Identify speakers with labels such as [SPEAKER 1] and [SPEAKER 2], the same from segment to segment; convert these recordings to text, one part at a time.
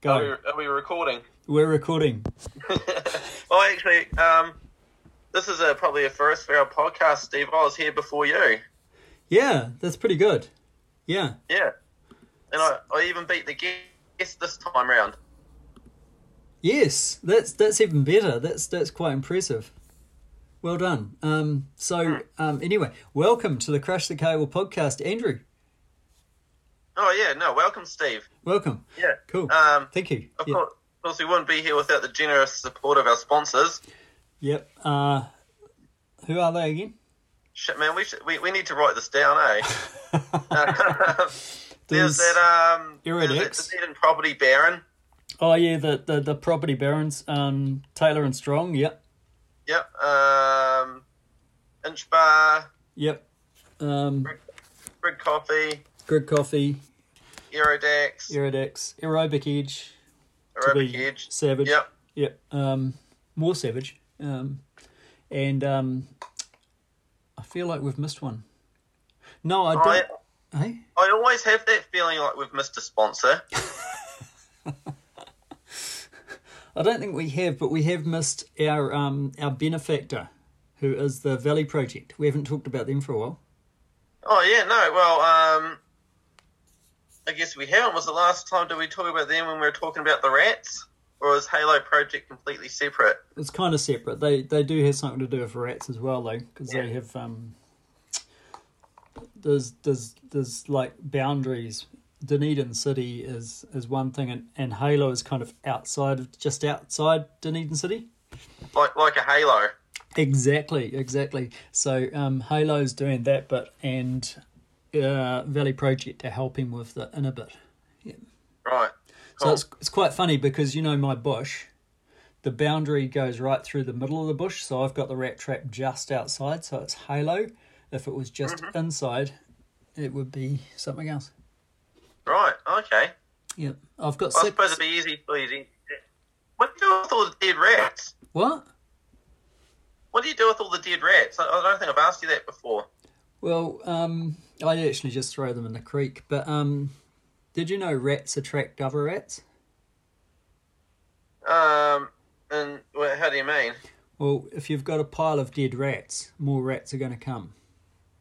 [SPEAKER 1] Go.
[SPEAKER 2] Are we, are we recording?
[SPEAKER 1] We're recording.
[SPEAKER 2] well, actually, um, this is a, probably a first for our podcast, Steve. I was here before you.
[SPEAKER 1] Yeah, that's pretty good. Yeah.
[SPEAKER 2] Yeah. And I, I even beat the guest this time round.
[SPEAKER 1] Yes, that's that's even better. That's that's quite impressive. Well done. Um, so um, anyway, welcome to the Crush the Cable podcast, Andrew.
[SPEAKER 2] Oh, yeah. No, welcome, Steve.
[SPEAKER 1] Welcome.
[SPEAKER 2] Yeah.
[SPEAKER 1] Cool.
[SPEAKER 2] Um,
[SPEAKER 1] Thank you.
[SPEAKER 2] Of
[SPEAKER 1] Yeah.
[SPEAKER 2] course, of course, we wouldn't be here without the generous support of our sponsors.
[SPEAKER 1] Yep. Uh, who are they again?
[SPEAKER 2] Shit, man, we, should, we, we need to write this down, eh?
[SPEAKER 1] There's-
[SPEAKER 2] There's that, um,
[SPEAKER 1] Irid
[SPEAKER 2] there's that
[SPEAKER 1] X.
[SPEAKER 2] New Zealand property baron.
[SPEAKER 1] Oh yeah, the, the the property barons, um, Taylor and Strong. Yep.
[SPEAKER 2] Yep. Um, Inch Bar,
[SPEAKER 1] Yep. Um,
[SPEAKER 2] Brig Coffee,
[SPEAKER 1] Grid Coffee,
[SPEAKER 2] Aerodax,
[SPEAKER 1] Iridex, Aerobic Edge, to
[SPEAKER 2] Aerobic
[SPEAKER 1] be
[SPEAKER 2] Edge.
[SPEAKER 1] Savage.
[SPEAKER 2] Yep.
[SPEAKER 1] Yep. Um, more savage. Um, and um, I feel like we've missed one. No, I
[SPEAKER 2] I,
[SPEAKER 1] don't. Hey,
[SPEAKER 2] I always have that feeling like we've missed a sponsor.
[SPEAKER 1] I don't think we have, but we have missed our um our benefactor, who is the Valley Project. We haven't talked about them for a while.
[SPEAKER 2] Oh, yeah, no. Well, um, I guess we haven't. Was the last time did we talk about them when we were talking about the rats? Or was Halo Project completely separate?
[SPEAKER 1] It's kind of separate. They they do have something to do with rats as well, though, because they
[SPEAKER 2] Yeah.
[SPEAKER 1] have um. There's there's there's like boundaries. Dunedin City is is one thing, and, and Halo is kind of outside of just outside Dunedin City.
[SPEAKER 2] Like like a Halo.
[SPEAKER 1] Exactly, exactly. So um, Halo's doing that, but and uh, Valley Project are helping with the inner bit.
[SPEAKER 2] Right.
[SPEAKER 1] So
[SPEAKER 2] Cool.
[SPEAKER 1] it's it's quite funny because you know my bush, the boundary goes right through the middle of the bush. So I've got the rat trap just outside. So it's Halo. If it was just
[SPEAKER 2] Mm-hmm.
[SPEAKER 1] inside, it would be something else.
[SPEAKER 2] Right. Okay.
[SPEAKER 1] Yep. I've got
[SPEAKER 2] I suppose
[SPEAKER 1] six.
[SPEAKER 2] it'd be easy for you to. What do you do with all the dead rats?
[SPEAKER 1] What?
[SPEAKER 2] What do you do with all the dead rats? I, I don't think I've asked you that before.
[SPEAKER 1] Well, um, I actually just throw them in the creek. But um, did you know rats attract other rats?
[SPEAKER 2] Um, and well, how do you mean?
[SPEAKER 1] Well, if you've got a pile of dead rats, more rats are going to come.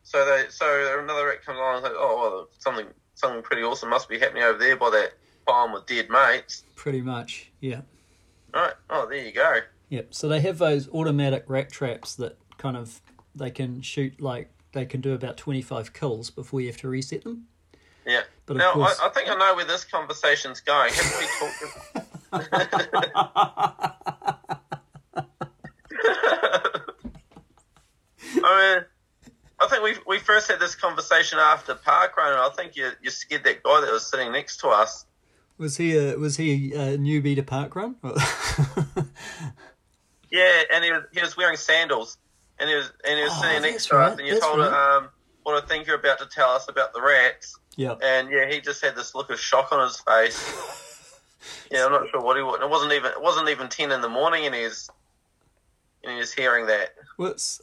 [SPEAKER 2] So they, so another rat comes along and says, "Oh, well, something, something pretty awesome must be happening over there by that farm with dead mates."
[SPEAKER 1] Pretty much, yeah.
[SPEAKER 2] Right. Oh, there you go.
[SPEAKER 1] Yep. So they have those automatic rat traps that kind of they can shoot like they can do about 25 kills before you have to reset them.
[SPEAKER 2] Yeah.
[SPEAKER 1] But of
[SPEAKER 2] now
[SPEAKER 1] course-
[SPEAKER 2] I, I think I know where this conversation's going. Haven't we talked? I mean, I think we we first had this conversation after Parkrun, and I think you you scared that guy that was sitting next to us.
[SPEAKER 1] Was he a was he a newbie to park run?
[SPEAKER 2] Yeah, and he was, he was wearing sandals, and he was and he was
[SPEAKER 1] Oh,
[SPEAKER 2] sitting
[SPEAKER 1] that's
[SPEAKER 2] next to
[SPEAKER 1] right,
[SPEAKER 2] us, and you
[SPEAKER 1] that's
[SPEAKER 2] told him
[SPEAKER 1] right.
[SPEAKER 2] um, what I think you're about to tell us about the rats,
[SPEAKER 1] yep.
[SPEAKER 2] and yeah, he just had this look of shock on his face. yeah, I'm not sure what he was. It wasn't even it wasn't even ten in the morning, and he's and he's hearing that.
[SPEAKER 1] Well, it's,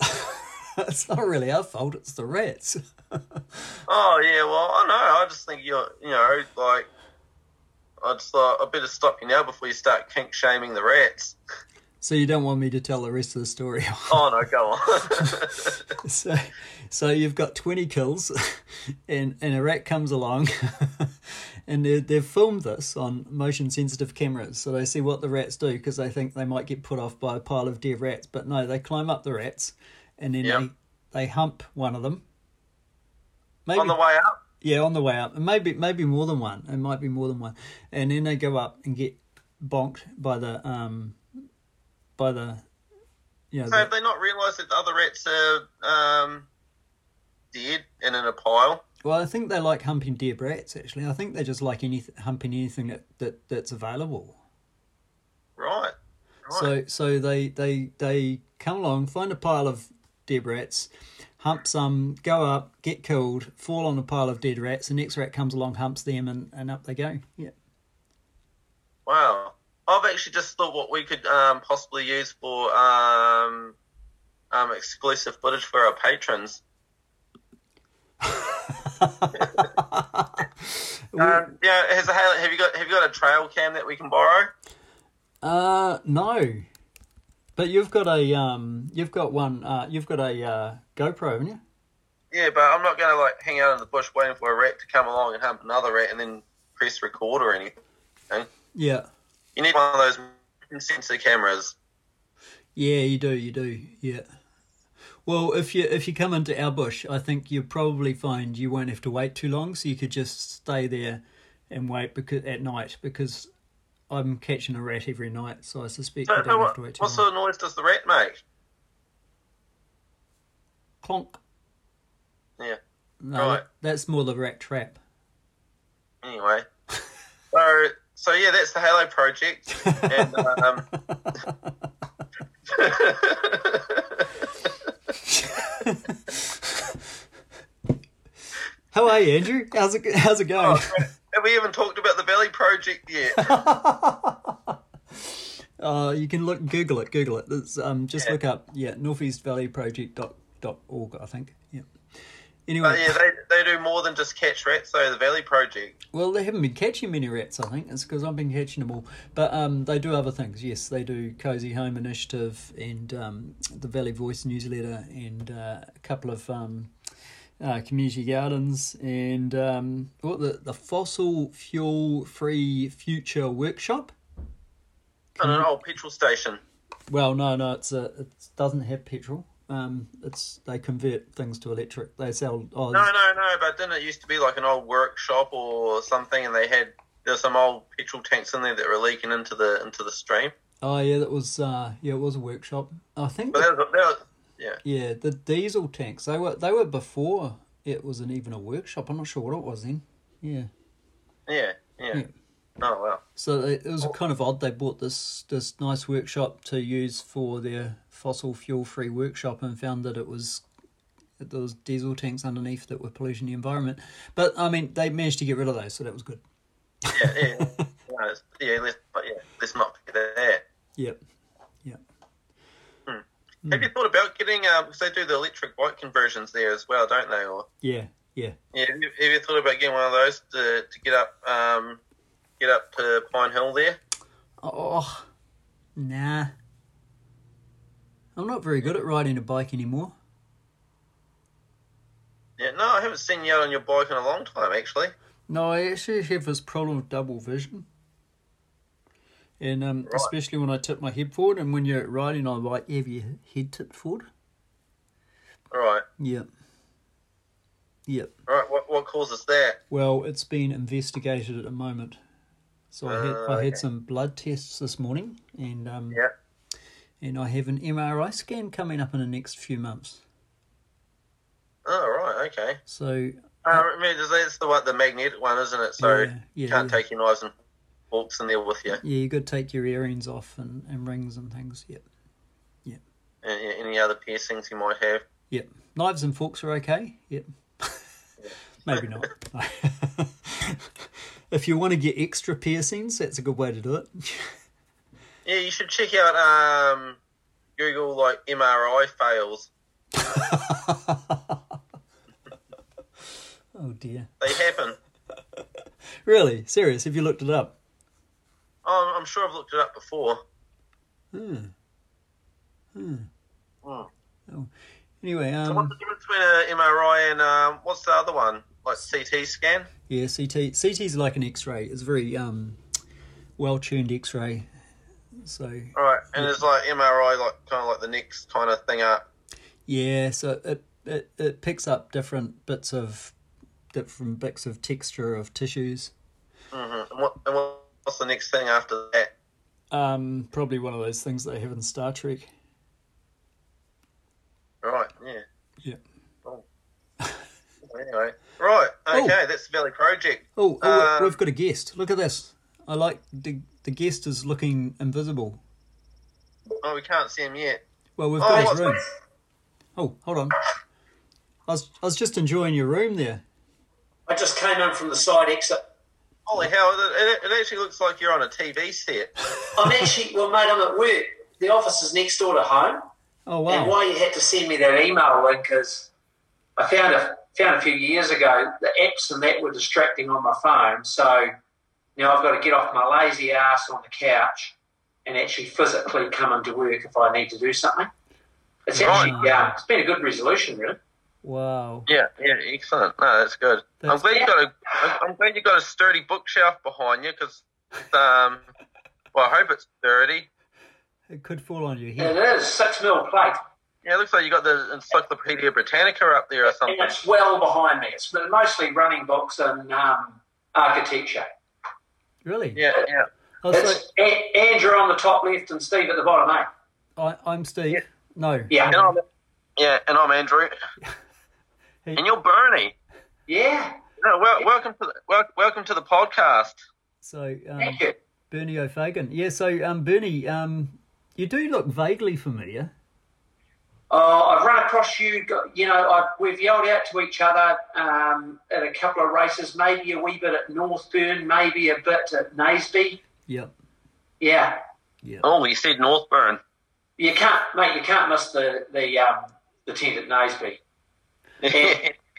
[SPEAKER 1] it's not really our fault. It's the rats.
[SPEAKER 2] Oh yeah, well I know. I just think you're you know like. I just thought I better stop you now before you start kink shaming the rats.
[SPEAKER 1] So you don't want me to tell the rest of the story.
[SPEAKER 2] Oh no, go on.
[SPEAKER 1] so, so you've got 20 kills and, and a rat comes along and they- they've filmed this on motion sensitive cameras so they see what the rats do because they think they might get put off by a pile of dead rats but no they climb up the rats and then
[SPEAKER 2] Yeah.
[SPEAKER 1] they, they hump one of them maybe
[SPEAKER 2] On the way up,
[SPEAKER 1] yeah on the way up and maybe maybe more than one it might be more than one and then they go up and get bonked by the um by the you know
[SPEAKER 2] So have
[SPEAKER 1] the,
[SPEAKER 2] they not realised that the other rats are um, dead and in a pile?
[SPEAKER 1] Well, I think they like humping deer brats. Actually, I think they just like any humping anything that, that that's available.
[SPEAKER 2] Right. Right.
[SPEAKER 1] So so they they they come along, find a pile of dead rats, hump some, go up, get killed, fall on a pile of dead rats. The next rat comes along, humps them, and, and up they go. Yeah.
[SPEAKER 2] wow. I've actually just thought what we could um, possibly use for um, um, exclusive footage for our patrons. Um, yeah, has a Halo, have you got have you got a trail cam that we can borrow?
[SPEAKER 1] Uh, no. But you've got a um, you've got one. Uh, you've got a uh, GoPro, haven't you?
[SPEAKER 2] Yeah, but I'm not going to like hang out in the bush waiting for a rat to come along and hump another rat and then press record or anything.
[SPEAKER 1] Yeah.
[SPEAKER 2] You need one of those motion sensor cameras.
[SPEAKER 1] Yeah, you do. You do. Yeah. Well, if you if you come into our bush, I think you'll probably find you won't have to wait too long. So you could just stay there and wait because at night because I'm catching a rat every night, so I suspect you
[SPEAKER 2] Don't know
[SPEAKER 1] don't have
[SPEAKER 2] what,
[SPEAKER 1] to wait too
[SPEAKER 2] what
[SPEAKER 1] long.
[SPEAKER 2] sort of noise does the rat make?
[SPEAKER 1] Clonk.
[SPEAKER 2] Yeah.
[SPEAKER 1] No,
[SPEAKER 2] Right.
[SPEAKER 1] that's more the rat trap.
[SPEAKER 2] Anyway, so so yeah, that's the Halo project, and um,
[SPEAKER 1] How are you, Andrew? How's it How's it going?
[SPEAKER 2] have we even talked about the Valley project yet?
[SPEAKER 1] Uh, you can look Google it. Google it. It's, um, just
[SPEAKER 2] Yeah.
[SPEAKER 1] look up yeah Northeast Valley Project dot dot org. I think. Yeah.
[SPEAKER 2] Oh,
[SPEAKER 1] Anyway,
[SPEAKER 2] but yeah, they they do more than just catch rats. though, the Valley project.
[SPEAKER 1] well, they haven't been catching many rats. I think it's because I've been catching them all. But um, they do other things. Yes, they do cozy home initiative and um, the Valley Voice newsletter and uh, a couple of um, uh, community gardens and um, what the the fossil fuel free future workshop.
[SPEAKER 2] On an old petrol station.
[SPEAKER 1] Well, no, no, it's a, it doesn't have petrol. Um, it's they convert things to electric. They sell. Oh,
[SPEAKER 2] No, no, no. But didn't it used to be like an old workshop or something? And they had there's some old petrol tanks in there that were leaking into the into the stream.
[SPEAKER 1] oh yeah, that was uh, yeah, it was a workshop. I think.
[SPEAKER 2] But that was, that was yeah.
[SPEAKER 1] yeah, the diesel tanks. They were they were before it was an even a workshop. I'm not sure what it was then. Yeah.
[SPEAKER 2] Yeah, yeah.
[SPEAKER 1] Yeah.
[SPEAKER 2] Oh wow.
[SPEAKER 1] So they, it was kind of odd. They bought this this nice workshop to use for their fossil fuel free workshop and found that it was that there was diesel tanks underneath that were polluting the environment. But I mean, they managed to get rid of those, so that was good.
[SPEAKER 2] Yeah, yeah. no, it's- yeah, let's, but yeah, let's not be there.
[SPEAKER 1] Yep. Hmm.
[SPEAKER 2] Have you thought about getting um? Because they do the electric bike conversions there as well, don't they? Or
[SPEAKER 1] Yeah. Yeah.
[SPEAKER 2] yeah, have you, have you thought about getting one of those to to get up um, get up to Pine Hill there?
[SPEAKER 1] Oh, nah. I'm not very good at riding a bike anymore.
[SPEAKER 2] Yeah, no, I haven't seen you out on your bike in a long time actually.
[SPEAKER 1] No, I actually have this problem with double vision. And um,
[SPEAKER 2] Right.
[SPEAKER 1] especially when I tip my head forward, and when you're riding on a bike, you have your head tipped forward.
[SPEAKER 2] All right,
[SPEAKER 1] Yep. Yep.
[SPEAKER 2] all right. What what causes that?
[SPEAKER 1] Well, it's been investigated at the moment. So I had,
[SPEAKER 2] Ah,
[SPEAKER 1] I had
[SPEAKER 2] okay.
[SPEAKER 1] some blood tests this morning, and um,
[SPEAKER 2] Yeah.
[SPEAKER 1] and I have an MRI scan coming up in the next few months.
[SPEAKER 2] Oh right, okay.
[SPEAKER 1] So
[SPEAKER 2] Uh, I mean, that's the one, the magnetic one, isn't it? So
[SPEAKER 1] yeah, yeah,
[SPEAKER 2] you can't
[SPEAKER 1] yeah.
[SPEAKER 2] take your knives and forks in there with you.
[SPEAKER 1] Yeah, you got to take your earrings off and, and rings and things. Yep.
[SPEAKER 2] And, yeah, any other piercings you might have.
[SPEAKER 1] Yep. Knives and forks are okay. Yep. Maybe not. if you want to get extra piercings, that's a good way to do it.
[SPEAKER 2] Yeah, you should check out um, Google like MRI fails.
[SPEAKER 1] Oh dear.
[SPEAKER 2] They happen.
[SPEAKER 1] Really? Serious? Have you looked it up?
[SPEAKER 2] Oh, I'm sure I've looked it up before. Hmm. Hmm.
[SPEAKER 1] Um, Anyway,
[SPEAKER 2] So what's
[SPEAKER 1] um,
[SPEAKER 2] the difference between an MRI and um, what's the other one? Like CT scan?
[SPEAKER 1] yeah, CT. CT's like an X-ray. It's a very um, well-tuned X-ray. So
[SPEAKER 2] All right, and it's like MRI, like kind of like the next kind of thing up.
[SPEAKER 1] Yeah, so it, it it picks up different bits of different bits of texture of tissues.
[SPEAKER 2] Mm-hmm. And, what, and what- what's the next thing after that?
[SPEAKER 1] Um, probably one of those things they have in Star Trek.
[SPEAKER 2] Right, yeah.
[SPEAKER 1] Yeah.
[SPEAKER 2] Oh. anyway, right, okay,
[SPEAKER 1] Oh.
[SPEAKER 2] that's the Valley Project.
[SPEAKER 1] Oh, oh
[SPEAKER 2] Um,
[SPEAKER 1] we've got a guest. Look at this. I like the the guest is looking invisible.
[SPEAKER 2] Oh, we can't see him yet.
[SPEAKER 1] Well, we've
[SPEAKER 2] Oh,
[SPEAKER 1] got his
[SPEAKER 2] what's
[SPEAKER 1] room. Oh, hold on. I was I was just enjoying your room there.
[SPEAKER 3] I just came in from the side exit.
[SPEAKER 2] Holy hell, it, it, it actually looks like you're on a TV set.
[SPEAKER 3] I'm actually, well, mate, I'm at work. The office is next door to home.
[SPEAKER 1] Oh
[SPEAKER 3] And
[SPEAKER 1] wow.
[SPEAKER 3] why you had to send me that email link is I found a found a few years ago the apps and that were distracting on my phone. So now I've got to get off my lazy ass on the couch and actually physically come into work if I need to do something. It's
[SPEAKER 2] Right.
[SPEAKER 3] actually yeah, it's been a good resolution, really.
[SPEAKER 1] Wow.
[SPEAKER 2] Yeah, yeah, excellent. No, that's good. I'm
[SPEAKER 1] That's-
[SPEAKER 2] glad you got a. I'm- I'm glad you got a sturdy bookshelf behind you because, um, well, I hope it's sturdy.
[SPEAKER 1] It could fall on your head.
[SPEAKER 3] It is six mil plate,
[SPEAKER 2] Yeah, it looks like you got the Encyclopedia Britannica up there or
[SPEAKER 3] and
[SPEAKER 2] something.
[SPEAKER 3] it's well behind me. It's mostly running books and um, architecture.
[SPEAKER 1] Really?
[SPEAKER 2] Yeah, yeah.
[SPEAKER 1] Oh, so
[SPEAKER 3] It's A- Andrew on the top left and Steve at the bottom, eh?
[SPEAKER 1] I, I'm Steve.
[SPEAKER 2] Yeah.
[SPEAKER 1] No.
[SPEAKER 3] Yeah,
[SPEAKER 2] And I'm, yeah, and I'm Andrew.
[SPEAKER 1] Hey.
[SPEAKER 2] And you're Bernie.
[SPEAKER 3] yeah.
[SPEAKER 2] No, wel- welcome to the wel- welcome to the podcast.
[SPEAKER 1] So um,
[SPEAKER 3] Thank you.
[SPEAKER 1] Bernie O'Fagan. Yeah. So um, Bernie, um, you do look vaguely familiar.
[SPEAKER 3] Oh, I've run across you. got- You know, I, we've yelled out to each other um, at a couple of races, maybe a wee bit at Northburn, maybe a bit at Naseby.
[SPEAKER 1] Yep.
[SPEAKER 3] Yeah,
[SPEAKER 1] Yep.
[SPEAKER 2] Oh, you said Northburn.
[SPEAKER 3] you can't, mate. You can't miss the the um, the tent at Naseby.
[SPEAKER 2] yeah,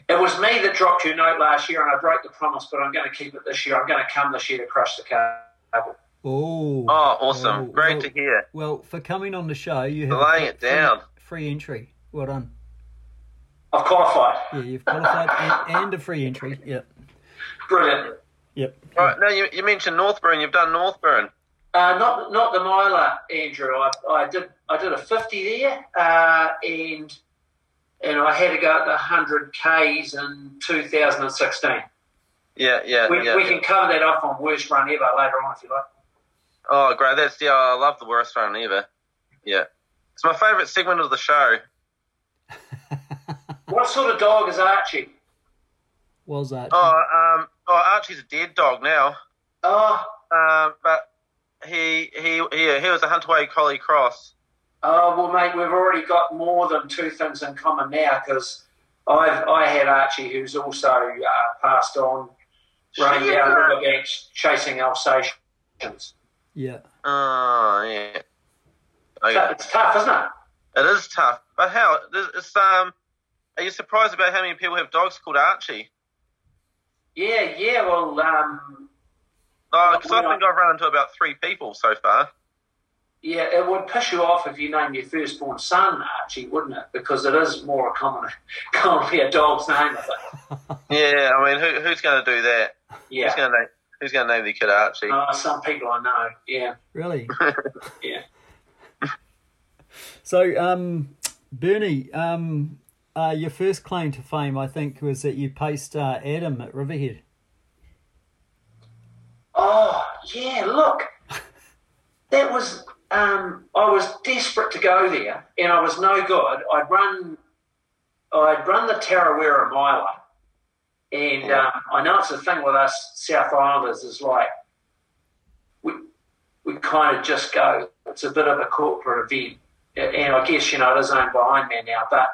[SPEAKER 3] It was me that dropped your note last year, and I broke the promise, but I'm going to keep it this year. I'm going to come this year to crush the cable.
[SPEAKER 1] Oh.
[SPEAKER 2] Oh, awesome.
[SPEAKER 1] Oh,
[SPEAKER 2] Great
[SPEAKER 1] well,
[SPEAKER 2] to hear.
[SPEAKER 1] Well, for coming on the show, you have
[SPEAKER 2] Laying it down.
[SPEAKER 1] free entry. Well done.
[SPEAKER 3] I've qualified.
[SPEAKER 1] Yeah, you've qualified and, and a free entry. Yep.
[SPEAKER 3] Brilliant.
[SPEAKER 1] Yep.
[SPEAKER 2] Right, now you, you mentioned Northburn. You've done Northburn.
[SPEAKER 3] Uh, not not the miler, Andrew. I, I did I did a fifty there, uh, and and I had to go at the hundred k's in two thousand and sixteen.
[SPEAKER 2] Yeah, yeah,
[SPEAKER 3] We,
[SPEAKER 2] yeah.
[SPEAKER 3] we can cover that off on worst run ever later on if you like.
[SPEAKER 2] Oh, great. That's yeah. I love the worst one ever. Yeah, it's my favourite segment of the show.
[SPEAKER 3] What sort of dog is Archie?
[SPEAKER 1] Was that?
[SPEAKER 2] Oh, um, oh, Archie's a dead dog now.
[SPEAKER 3] Oh,
[SPEAKER 2] Um, but he he yeah, he was a Huntaway Collie Cross.
[SPEAKER 3] oh well, mate, we've already got more than two things in common now because I've I had Archie, who's also uh, passed on, running
[SPEAKER 2] Shit.
[SPEAKER 3] down riverbanks chasing Alsatians.
[SPEAKER 1] yeah.
[SPEAKER 2] Oh yeah.
[SPEAKER 3] So
[SPEAKER 2] Okay.
[SPEAKER 3] It's tough, isn't it?
[SPEAKER 2] It is tough, but how? It's, it's um. Are you surprised about how many people have dogs called Archie?
[SPEAKER 3] Yeah, yeah. Well, um,
[SPEAKER 2] Oh, 'cause I
[SPEAKER 3] Yeah.
[SPEAKER 2] think I've run into about three people so far.
[SPEAKER 3] Yeah, it would piss you off if you named your firstborn son Archie, wouldn't it? Because it is more a common, commonly a dog's name. I think.
[SPEAKER 2] Yeah, I mean, who, who's going to do that? Who's
[SPEAKER 3] Yeah,
[SPEAKER 2] going to name, who's going to name the kid Archie?
[SPEAKER 3] uh, some people I know. Yeah,
[SPEAKER 1] Really.
[SPEAKER 3] yeah.
[SPEAKER 1] So, um, Bernie, um, uh, your first claim to fame, I think, was that you paced uh, Adam at Riverhead.
[SPEAKER 3] Oh, yeah. Look, that was. Um, I was desperate to go there, and I was no good. I'd run, I'd run the Tarawera Miler, and um, I know it's the thing with us South Islanders is like we we kind of just go. It's a bit of a corporate event, and I guess you know it is owned by Ironman now, but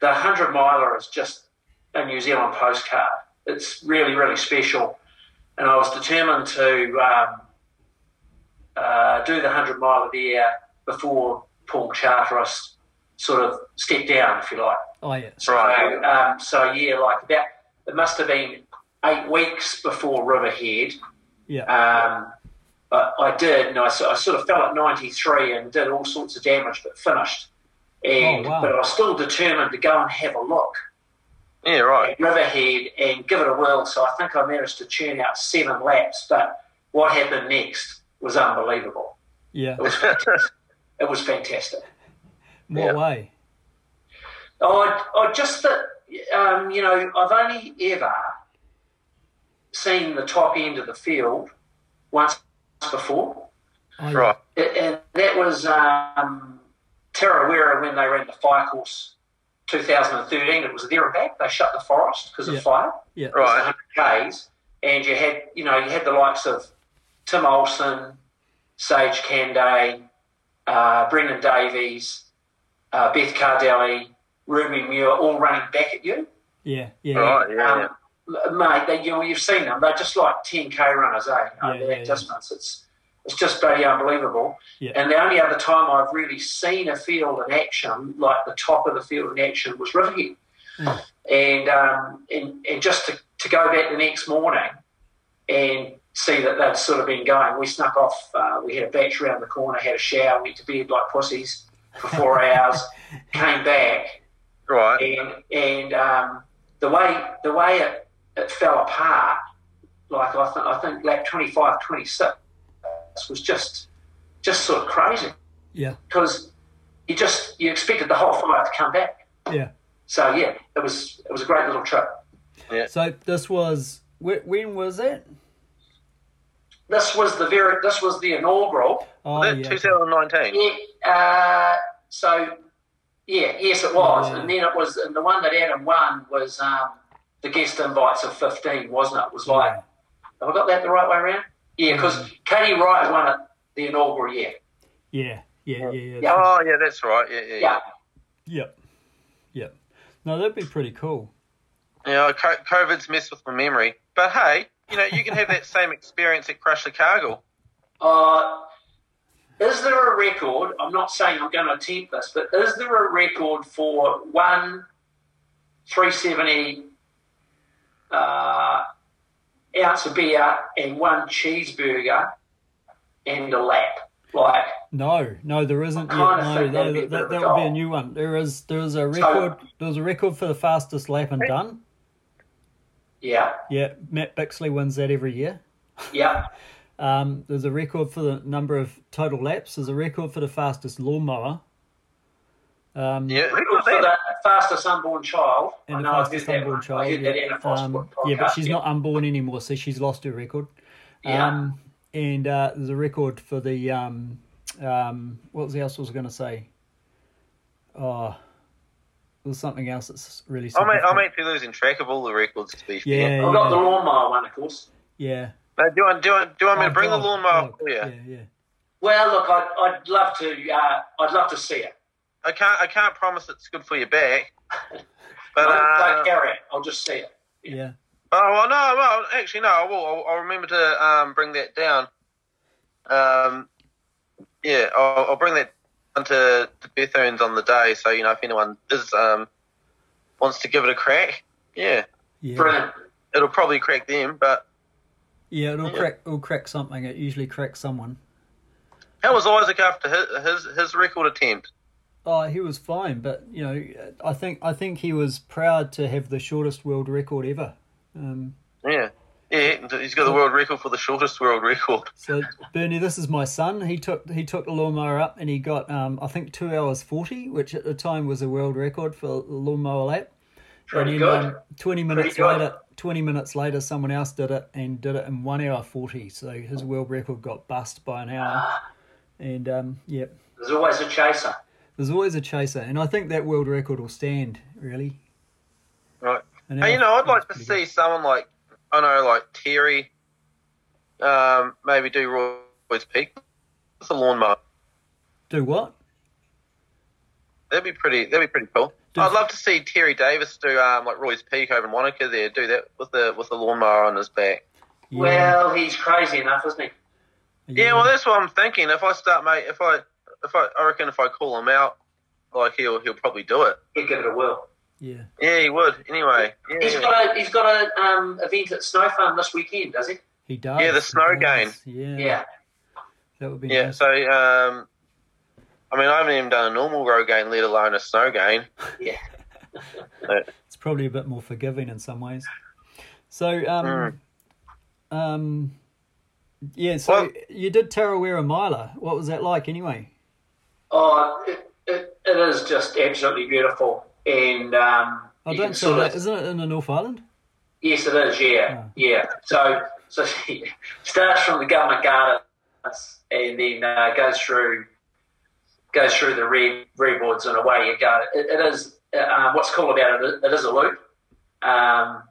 [SPEAKER 3] the hundred miler is just a New Zealand postcard. It's really really special and I was determined to um, uh, do the 100 mile of the air before Paul Charteris sort of stepped down, if you like.
[SPEAKER 1] Oh yeah.
[SPEAKER 3] So,
[SPEAKER 2] Right.
[SPEAKER 3] um, so yeah, like that, it must have been eight weeks before Riverhead.
[SPEAKER 1] Yeah.
[SPEAKER 3] Um, but I did, and I, so- I sort of fell at 93 and did all sorts of damage, but finished. And,
[SPEAKER 1] Oh, wow.
[SPEAKER 3] But I was still determined to go and have a look
[SPEAKER 2] Yeah, right.
[SPEAKER 3] at Riverhead and give it a whirl. So I think I managed to churn out seven laps. But what happened next was unbelievable.
[SPEAKER 1] Yeah.
[SPEAKER 2] Oh,
[SPEAKER 3] It was fantastic. it was fantastic.
[SPEAKER 1] In what
[SPEAKER 2] Yeah.
[SPEAKER 1] way?
[SPEAKER 3] Oh, I, I just that um, you know I've only ever seen the top end of the field once before,
[SPEAKER 1] Oh, yeah.
[SPEAKER 2] Right.
[SPEAKER 3] A- and that was um, Tarawera when they ran the fire course. 2013, it was there and back. They shut the forest because
[SPEAKER 1] Yeah.
[SPEAKER 3] of fire.
[SPEAKER 1] Yeah.
[SPEAKER 2] Right.
[SPEAKER 3] was 100 Ks, and you had, you know, you had the likes of Tim Olsen, Sage Canday, uh, Brendan Davies, uh, Beth Cardelli, Ruby Muir, all running back at you.
[SPEAKER 1] Yeah. Yeah.
[SPEAKER 2] Right, yeah, yeah.
[SPEAKER 3] Um, m- mate, they, you know, you've seen them. They're just like 10k runners, eh? You know,
[SPEAKER 1] Yeah,
[SPEAKER 3] their
[SPEAKER 1] yeah, yeah.
[SPEAKER 3] distance. It's, it's just bloody unbelievable.
[SPEAKER 1] Yeah.
[SPEAKER 3] And the only other time I've really seen a field in action, like the top of the field in action, was Riverhead.
[SPEAKER 1] Mm.
[SPEAKER 3] and um, and, and just to, to go back the next morning and see that they'd sort of been going. We snuck off. Uh, we had a batch around the corner, had a shower, went to bed like pussies for four hours, came back,
[SPEAKER 2] Right.
[SPEAKER 3] and and um, the way the way it, it fell apart, like I, th- I think lap 25, 26 was just just sort of crazy
[SPEAKER 1] Yeah.
[SPEAKER 3] because you just you expected the whole fire to come back.
[SPEAKER 1] Yeah.
[SPEAKER 3] So yeah, it was it was a great little trip.
[SPEAKER 1] So this was wh- when was it?
[SPEAKER 3] This was the very this was the inaugural.
[SPEAKER 1] Oh
[SPEAKER 2] That
[SPEAKER 1] yeah.
[SPEAKER 2] 2019.
[SPEAKER 3] Yeah, uh, so yeah, yes, it was,
[SPEAKER 1] Yeah.
[SPEAKER 3] and then it was and the one that Adam won was um, the guest invites of fifteen, wasn't it? It was like have I got that the right way around? Yeah, because Katie Wright won it the inaugural year.
[SPEAKER 1] Yeah. Yeah. Yeah. Yeah.
[SPEAKER 3] Yeah.
[SPEAKER 2] Oh yeah, that's right. Yeah, yeah, yeah.
[SPEAKER 3] Yeah,
[SPEAKER 1] Yep. Yep. No, that'd be pretty cool.
[SPEAKER 2] You know, co- COVID's messed with my memory, but hey, you know, you can have that same experience at Crush Chicago.
[SPEAKER 3] Uh, is there a record? I'm not saying I'm going to attempt this, but is there a record for one 370 uh, ounce of beer and one cheeseburger and a lap? Like,
[SPEAKER 1] No, no, there isn't yet.
[SPEAKER 3] I kinda
[SPEAKER 1] No,
[SPEAKER 3] think
[SPEAKER 1] no,
[SPEAKER 3] that'd be a
[SPEAKER 1] that, that,
[SPEAKER 3] bit of a
[SPEAKER 1] would be a
[SPEAKER 3] goal.
[SPEAKER 1] new one. There is there is a record. There was a record for the fastest lap and done.
[SPEAKER 3] yeah,
[SPEAKER 1] Yeah, Matt Bixley wins that every year.
[SPEAKER 3] yeah,
[SPEAKER 1] Um, there's a record for the number of total laps. There's a record for the fastest lawnmower. Um,
[SPEAKER 2] Yeah,
[SPEAKER 3] record for the fastest unborn child.
[SPEAKER 1] and
[SPEAKER 3] I
[SPEAKER 1] the
[SPEAKER 3] know I heard
[SPEAKER 1] fastest
[SPEAKER 3] that.
[SPEAKER 1] unborn
[SPEAKER 3] one.
[SPEAKER 1] child.
[SPEAKER 3] I heard that in a
[SPEAKER 1] yeah.
[SPEAKER 3] Foster
[SPEAKER 1] Um,
[SPEAKER 3] podcast.
[SPEAKER 1] yeah, but she's not unborn anymore, so she's lost her record.
[SPEAKER 3] Yeah.
[SPEAKER 1] Um, and uh, there's a record for the um, um, what was the else I was going to say? Oh, there's something else that's really.
[SPEAKER 2] I'm, a- I'm
[SPEAKER 1] significant.
[SPEAKER 2] actually losing track of all the records. To be fair,
[SPEAKER 1] Yeah,
[SPEAKER 3] I've got the lawnmower one, of course.
[SPEAKER 1] yeah.
[SPEAKER 2] Now, do you want do you want, do you want me
[SPEAKER 1] Oh,
[SPEAKER 2] to bring
[SPEAKER 1] God,
[SPEAKER 2] the lawnmower
[SPEAKER 1] God,
[SPEAKER 2] for you?
[SPEAKER 1] Yeah, yeah.
[SPEAKER 3] Well, look, I'd, I'd love to. Uh, I'd love to see it.
[SPEAKER 2] I can't I can't promise it's good for your back, but
[SPEAKER 3] Don't,
[SPEAKER 2] uh,
[SPEAKER 3] don't carry it. I'll just see it.
[SPEAKER 1] Yeah.
[SPEAKER 2] oh well, no, well actually no, I will. I'll, I'll remember to um, bring that down. Um, yeah, I'll, I'll bring that down to, to Bethune's on the day, so you know if anyone is um wants to give it a crack, yeah,
[SPEAKER 1] Yeah,
[SPEAKER 3] Brilliant.
[SPEAKER 2] it'll probably crack them. But
[SPEAKER 1] yeah, it'll
[SPEAKER 2] Yeah.
[SPEAKER 1] crack. It'll crack something. It usually cracks someone.
[SPEAKER 2] how was Isaac after his his, his record attempt?
[SPEAKER 1] Oh, he was fine, but you know, I think I think he was proud to have the shortest world record ever. Um,
[SPEAKER 2] Yeah, yeah, he's got the world record for the shortest world record.
[SPEAKER 1] So Bernie, this is my son. He took he took the lawnmower up and he got um I think two hours forty, which at the time was a world record for the lawnmower lap.
[SPEAKER 3] Pretty
[SPEAKER 1] and
[SPEAKER 3] good.
[SPEAKER 1] Um, twenty minutes
[SPEAKER 3] good.
[SPEAKER 1] later, twenty minutes later, someone else did it and did it in one hour forty. So his world record got bust by an hour.
[SPEAKER 2] Ah.
[SPEAKER 1] And um, yeah,
[SPEAKER 3] There's always a chaser.
[SPEAKER 1] there's always a chaser, and I think that world record will stand really.
[SPEAKER 2] Right.
[SPEAKER 1] An
[SPEAKER 2] Hey,
[SPEAKER 1] hour
[SPEAKER 2] you know, I'd
[SPEAKER 1] 40
[SPEAKER 2] like
[SPEAKER 1] is
[SPEAKER 2] to
[SPEAKER 1] pretty
[SPEAKER 2] see someone like I know, like Terry, um, maybe do Roy's Peak with a lawnmower.
[SPEAKER 1] good. do what?
[SPEAKER 2] That'd be pretty. That'd be pretty cool.
[SPEAKER 1] Do-
[SPEAKER 2] I'd love to see Terry Davis do um, like Roy's Peak over in Monica there. Do that with the with the lawnmower on his back.
[SPEAKER 1] Yeah,
[SPEAKER 3] Well, he's crazy enough, isn't he?
[SPEAKER 2] Yeah. well, that's what I'm thinking. If I start, mate, if I if I, I reckon if I call him out, like he'll he'll probably do it.
[SPEAKER 3] He'd give it a whirl.
[SPEAKER 1] yeah.
[SPEAKER 2] Yeah, he would. Anyway, yeah,
[SPEAKER 3] He's
[SPEAKER 2] yeah.
[SPEAKER 3] got a he's got a um, event at Snow Farm this weekend, does he?
[SPEAKER 1] He does.
[SPEAKER 2] Yeah, the
[SPEAKER 1] he
[SPEAKER 2] snow
[SPEAKER 1] does. Yeah,
[SPEAKER 3] Yeah.
[SPEAKER 1] that would be
[SPEAKER 2] Yeah,
[SPEAKER 1] nice.
[SPEAKER 2] so um, I mean, I haven't even done a normal row gain, let alone a snow gain.
[SPEAKER 3] Yeah.
[SPEAKER 1] it's probably a bit more forgiving in some ways. So, um, um, yeah. So
[SPEAKER 2] Hmm. Well-
[SPEAKER 1] you did Tarawera Mila. What was that like, anyway?
[SPEAKER 3] Oh, it, it, it is just absolutely beautiful, and um,
[SPEAKER 1] I
[SPEAKER 3] you
[SPEAKER 1] don't
[SPEAKER 3] can
[SPEAKER 1] see
[SPEAKER 3] sort
[SPEAKER 1] that.
[SPEAKER 3] of,
[SPEAKER 1] Isn't it in the North Island?
[SPEAKER 3] yes, it is. Yeah,
[SPEAKER 1] Oh.
[SPEAKER 3] yeah. So so starts from the government gardens and then uh, goes through goes through the red redwoods and away you go. It, it is uh, um, what's cool about it. It is a loop, um,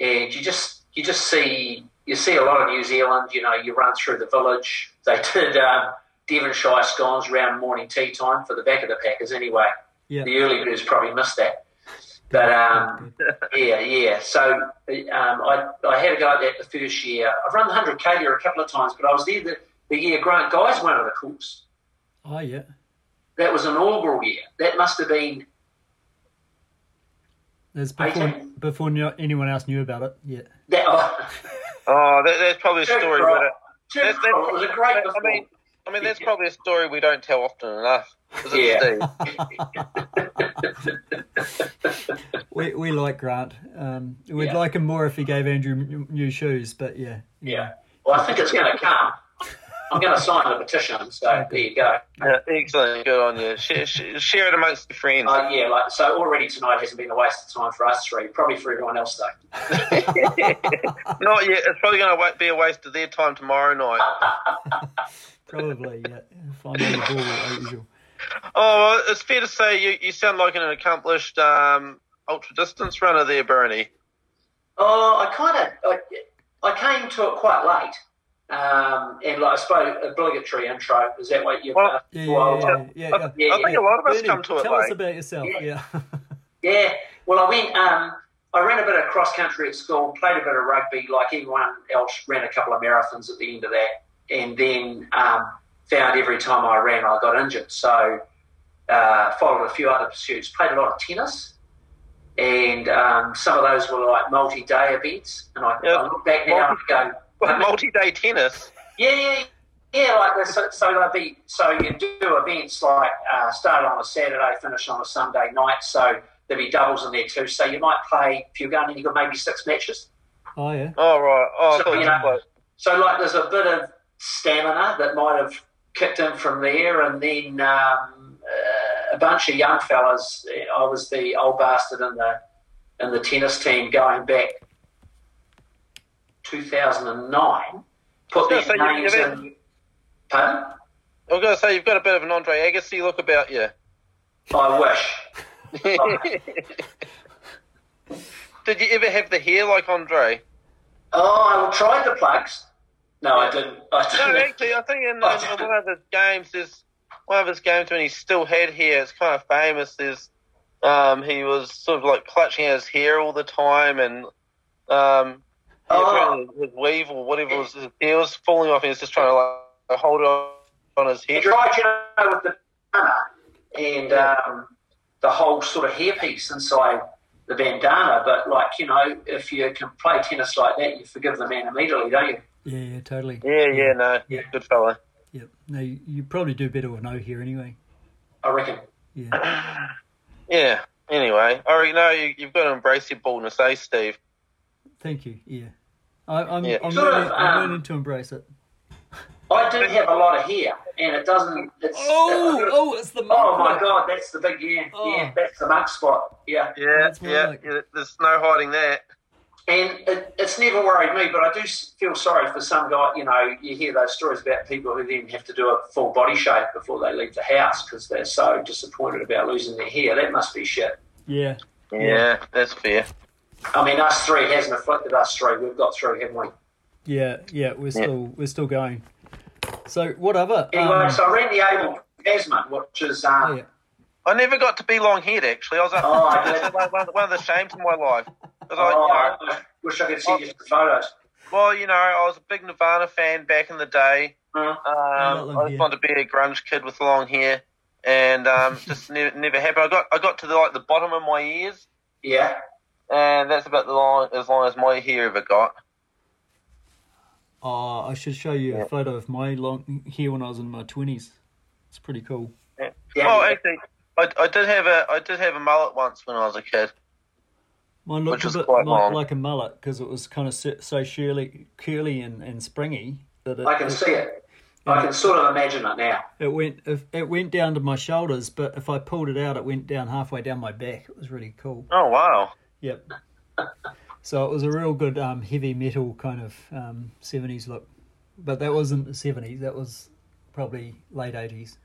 [SPEAKER 3] and you just you just see you see a lot of New Zealand. You know, you run through the village. They did um, Devonshire scones around morning tea time for the back of the packers anyway.
[SPEAKER 1] Yeah.
[SPEAKER 3] The early birds probably missed that, but um, yeah, yeah. So um, I I had a go at that the first year. I've run the hundred k there a couple of times, but I was there the, the year Grant Guy's won of the course
[SPEAKER 1] Oh yeah.
[SPEAKER 3] that was an inaugural year. That must have been
[SPEAKER 1] That's before,
[SPEAKER 3] 18.
[SPEAKER 1] before no- anyone else knew about it. Yeah.
[SPEAKER 3] That, oh,
[SPEAKER 2] Oh, that, that's probably a
[SPEAKER 3] Jim
[SPEAKER 2] story.
[SPEAKER 3] Crow.
[SPEAKER 2] That,
[SPEAKER 3] Jim
[SPEAKER 2] that's, that's,
[SPEAKER 3] Crow, it was a great
[SPEAKER 2] I mean, I mean, that's
[SPEAKER 3] Yeah.
[SPEAKER 2] probably a story we don't tell often enough. Is it,
[SPEAKER 3] Yeah.
[SPEAKER 2] Steve?
[SPEAKER 1] We, we like Grant. Um, we'd
[SPEAKER 3] Yeah.
[SPEAKER 1] like him more if he gave Andrew m- new shoes, but yeah.
[SPEAKER 3] Yeah. Well, I think it's going to come. I'm going to sign the petition, so there you go.
[SPEAKER 2] Yeah, excellent. Good on you. Share, share share it amongst your friends.
[SPEAKER 3] Uh, yeah, like so already tonight hasn't been a waste of time for us three, probably for everyone else though.
[SPEAKER 2] Not yet. It's probably going to be a waste of their time tomorrow night.
[SPEAKER 1] Probably, yeah. Find on the ball as usual.
[SPEAKER 2] Oh, it's fair to say you, you sound like an accomplished um, ultra distance runner there, Bernie.
[SPEAKER 3] Oh, I kind of I, I came to it quite late, um, and like I suppose obligatory intro is that what you?
[SPEAKER 2] Well,
[SPEAKER 3] uh,
[SPEAKER 1] Yeah,
[SPEAKER 3] well,
[SPEAKER 1] yeah, yeah, yeah, yeah.
[SPEAKER 2] I think a lot of us
[SPEAKER 1] Bernie,
[SPEAKER 2] come to it
[SPEAKER 1] Tell us
[SPEAKER 2] late.
[SPEAKER 1] about yourself. Yeah.
[SPEAKER 3] Yeah, well, I went. Um, I ran a bit of cross country at school, played a bit of rugby, like everyone else. Ran a couple of marathons at the end of that, and then um, found every time I ran, I got injured. So uh, followed a few other pursuits. Played a lot of tennis, and um, some of those were like multi-day events. And I,
[SPEAKER 2] Yeah.
[SPEAKER 3] I look back now and go,
[SPEAKER 2] Multi-day tennis.
[SPEAKER 3] yeah, yeah, yeah. Like this, so, so they'll be so you do events like uh, start on a Saturday, finish on a Sunday night. So there'll be doubles in there too. So you might play if you're going and you've got maybe six matches.
[SPEAKER 1] Oh, yeah.
[SPEAKER 2] Oh, right. Oh, I
[SPEAKER 3] So,
[SPEAKER 2] thought
[SPEAKER 3] you
[SPEAKER 2] you
[SPEAKER 3] know-
[SPEAKER 2] were-
[SPEAKER 3] So like there's a bit of stamina that might have kicked in from there, and then um, uh, a bunch of young fellas. uh, I was the old bastard in the in the tennis team going back 2009. Put
[SPEAKER 2] Yeah,
[SPEAKER 3] their
[SPEAKER 2] so you-
[SPEAKER 3] names
[SPEAKER 2] you've-
[SPEAKER 3] in. Pardon?
[SPEAKER 2] I was going to say you've got a bit of an Andre Agassi look about you.
[SPEAKER 3] I wish.
[SPEAKER 2] Did you ever have the hair like Andre?
[SPEAKER 3] Oh, I tried the plugs. No, I didn't. I
[SPEAKER 2] No,
[SPEAKER 3] didn't.
[SPEAKER 2] actually, I think in uh, one of his games, there's one of his games when he still had hair. It's kind of famous. There's um, he was sort of like clutching at his hair all the time, and um, yeah,
[SPEAKER 3] Oh,
[SPEAKER 2] apparently his weave or whatever was his hair was falling off, and he was just trying to like hold on on his
[SPEAKER 3] I
[SPEAKER 2] head.
[SPEAKER 3] tried, you know, with the bandana and um, the whole sort of hairpiece inside the bandana. But, like, you know, if you can play tennis like that, you forgive the man immediately, don't you?
[SPEAKER 1] Yeah, yeah, totally.
[SPEAKER 2] Yeah, yeah, no,
[SPEAKER 1] Yeah.
[SPEAKER 2] good fella.
[SPEAKER 1] Yeah. No, you, you probably do better with no hair anyway.
[SPEAKER 3] I reckon.
[SPEAKER 1] Yeah.
[SPEAKER 2] Yeah. Anyway, I reckon no, you, you've got to embrace your baldness, eh, Steve?
[SPEAKER 1] Thank you. Yeah. I, I'm,
[SPEAKER 2] Yeah.
[SPEAKER 1] I'm,
[SPEAKER 3] Sort of,
[SPEAKER 1] learning, I'm
[SPEAKER 3] um,
[SPEAKER 1] learning to embrace it.
[SPEAKER 3] I do have a lot of hair, and it doesn't. It's,
[SPEAKER 1] Oh,
[SPEAKER 3] oh,
[SPEAKER 1] oh, it's the
[SPEAKER 3] my God, that's the big, yeah,
[SPEAKER 1] Oh.
[SPEAKER 3] yeah, that's the mug spot, yeah.
[SPEAKER 2] Yeah,
[SPEAKER 1] That's more
[SPEAKER 2] yeah,
[SPEAKER 1] like-
[SPEAKER 2] yeah. There's no hiding that.
[SPEAKER 3] And it, it's never worried me, but I do s- feel sorry for some guy. You know, you hear those stories about people who then have to do a full body shave before they leave the house because they're so disappointed about losing their hair. That must be shit.
[SPEAKER 1] Yeah.
[SPEAKER 2] Yeah, that's fair.
[SPEAKER 3] I mean, us three it hasn't afflicted us three. We've got through, haven't we?
[SPEAKER 1] Yeah, yeah, we're still we're still going. So what other?
[SPEAKER 3] Anyway,
[SPEAKER 1] um,
[SPEAKER 3] so I ran the Able Tasman, which is um,
[SPEAKER 1] oh, yeah.
[SPEAKER 2] I never got to be long haired actually. I was like,
[SPEAKER 3] Oh, I did.
[SPEAKER 2] that's one, one- one of the shames of my life. 'Cause I,
[SPEAKER 3] oh,
[SPEAKER 2] you know,
[SPEAKER 3] I wish I could see just the photos.
[SPEAKER 2] well, you know, I was a big Nirvana fan back in the day.
[SPEAKER 3] Mm.
[SPEAKER 2] Um,
[SPEAKER 1] not long
[SPEAKER 2] I
[SPEAKER 1] hair.
[SPEAKER 2] just wanted to be a grunge kid with long hair, and um, just never, never happened. I got I got to the, like the bottom of my ears,
[SPEAKER 3] Yeah.
[SPEAKER 2] and that's about the long as long as my hair ever got.
[SPEAKER 1] Oh, I should show you a photo of my long hair when I was in my twenties. It's pretty cool.
[SPEAKER 3] Yeah.
[SPEAKER 2] Oh, actually, I, I did have a I did have a mullet once when I was a kid.
[SPEAKER 1] Mine looked
[SPEAKER 2] Which
[SPEAKER 1] a
[SPEAKER 2] is
[SPEAKER 1] bit like,
[SPEAKER 2] quite long.
[SPEAKER 1] like a mullet because it was kind of so, so surely, curly and, and springy that it,
[SPEAKER 3] I can
[SPEAKER 1] it,
[SPEAKER 3] see it. I can sort of imagine it now.
[SPEAKER 1] it went if, it went down to my shoulders. But if I pulled it out, it went down halfway down my back. It was really cool.
[SPEAKER 2] Oh wow,
[SPEAKER 1] Yep. so it was a real good um, heavy metal kind of um, 70s look. But that wasn't the 70s, that was probably late 80s.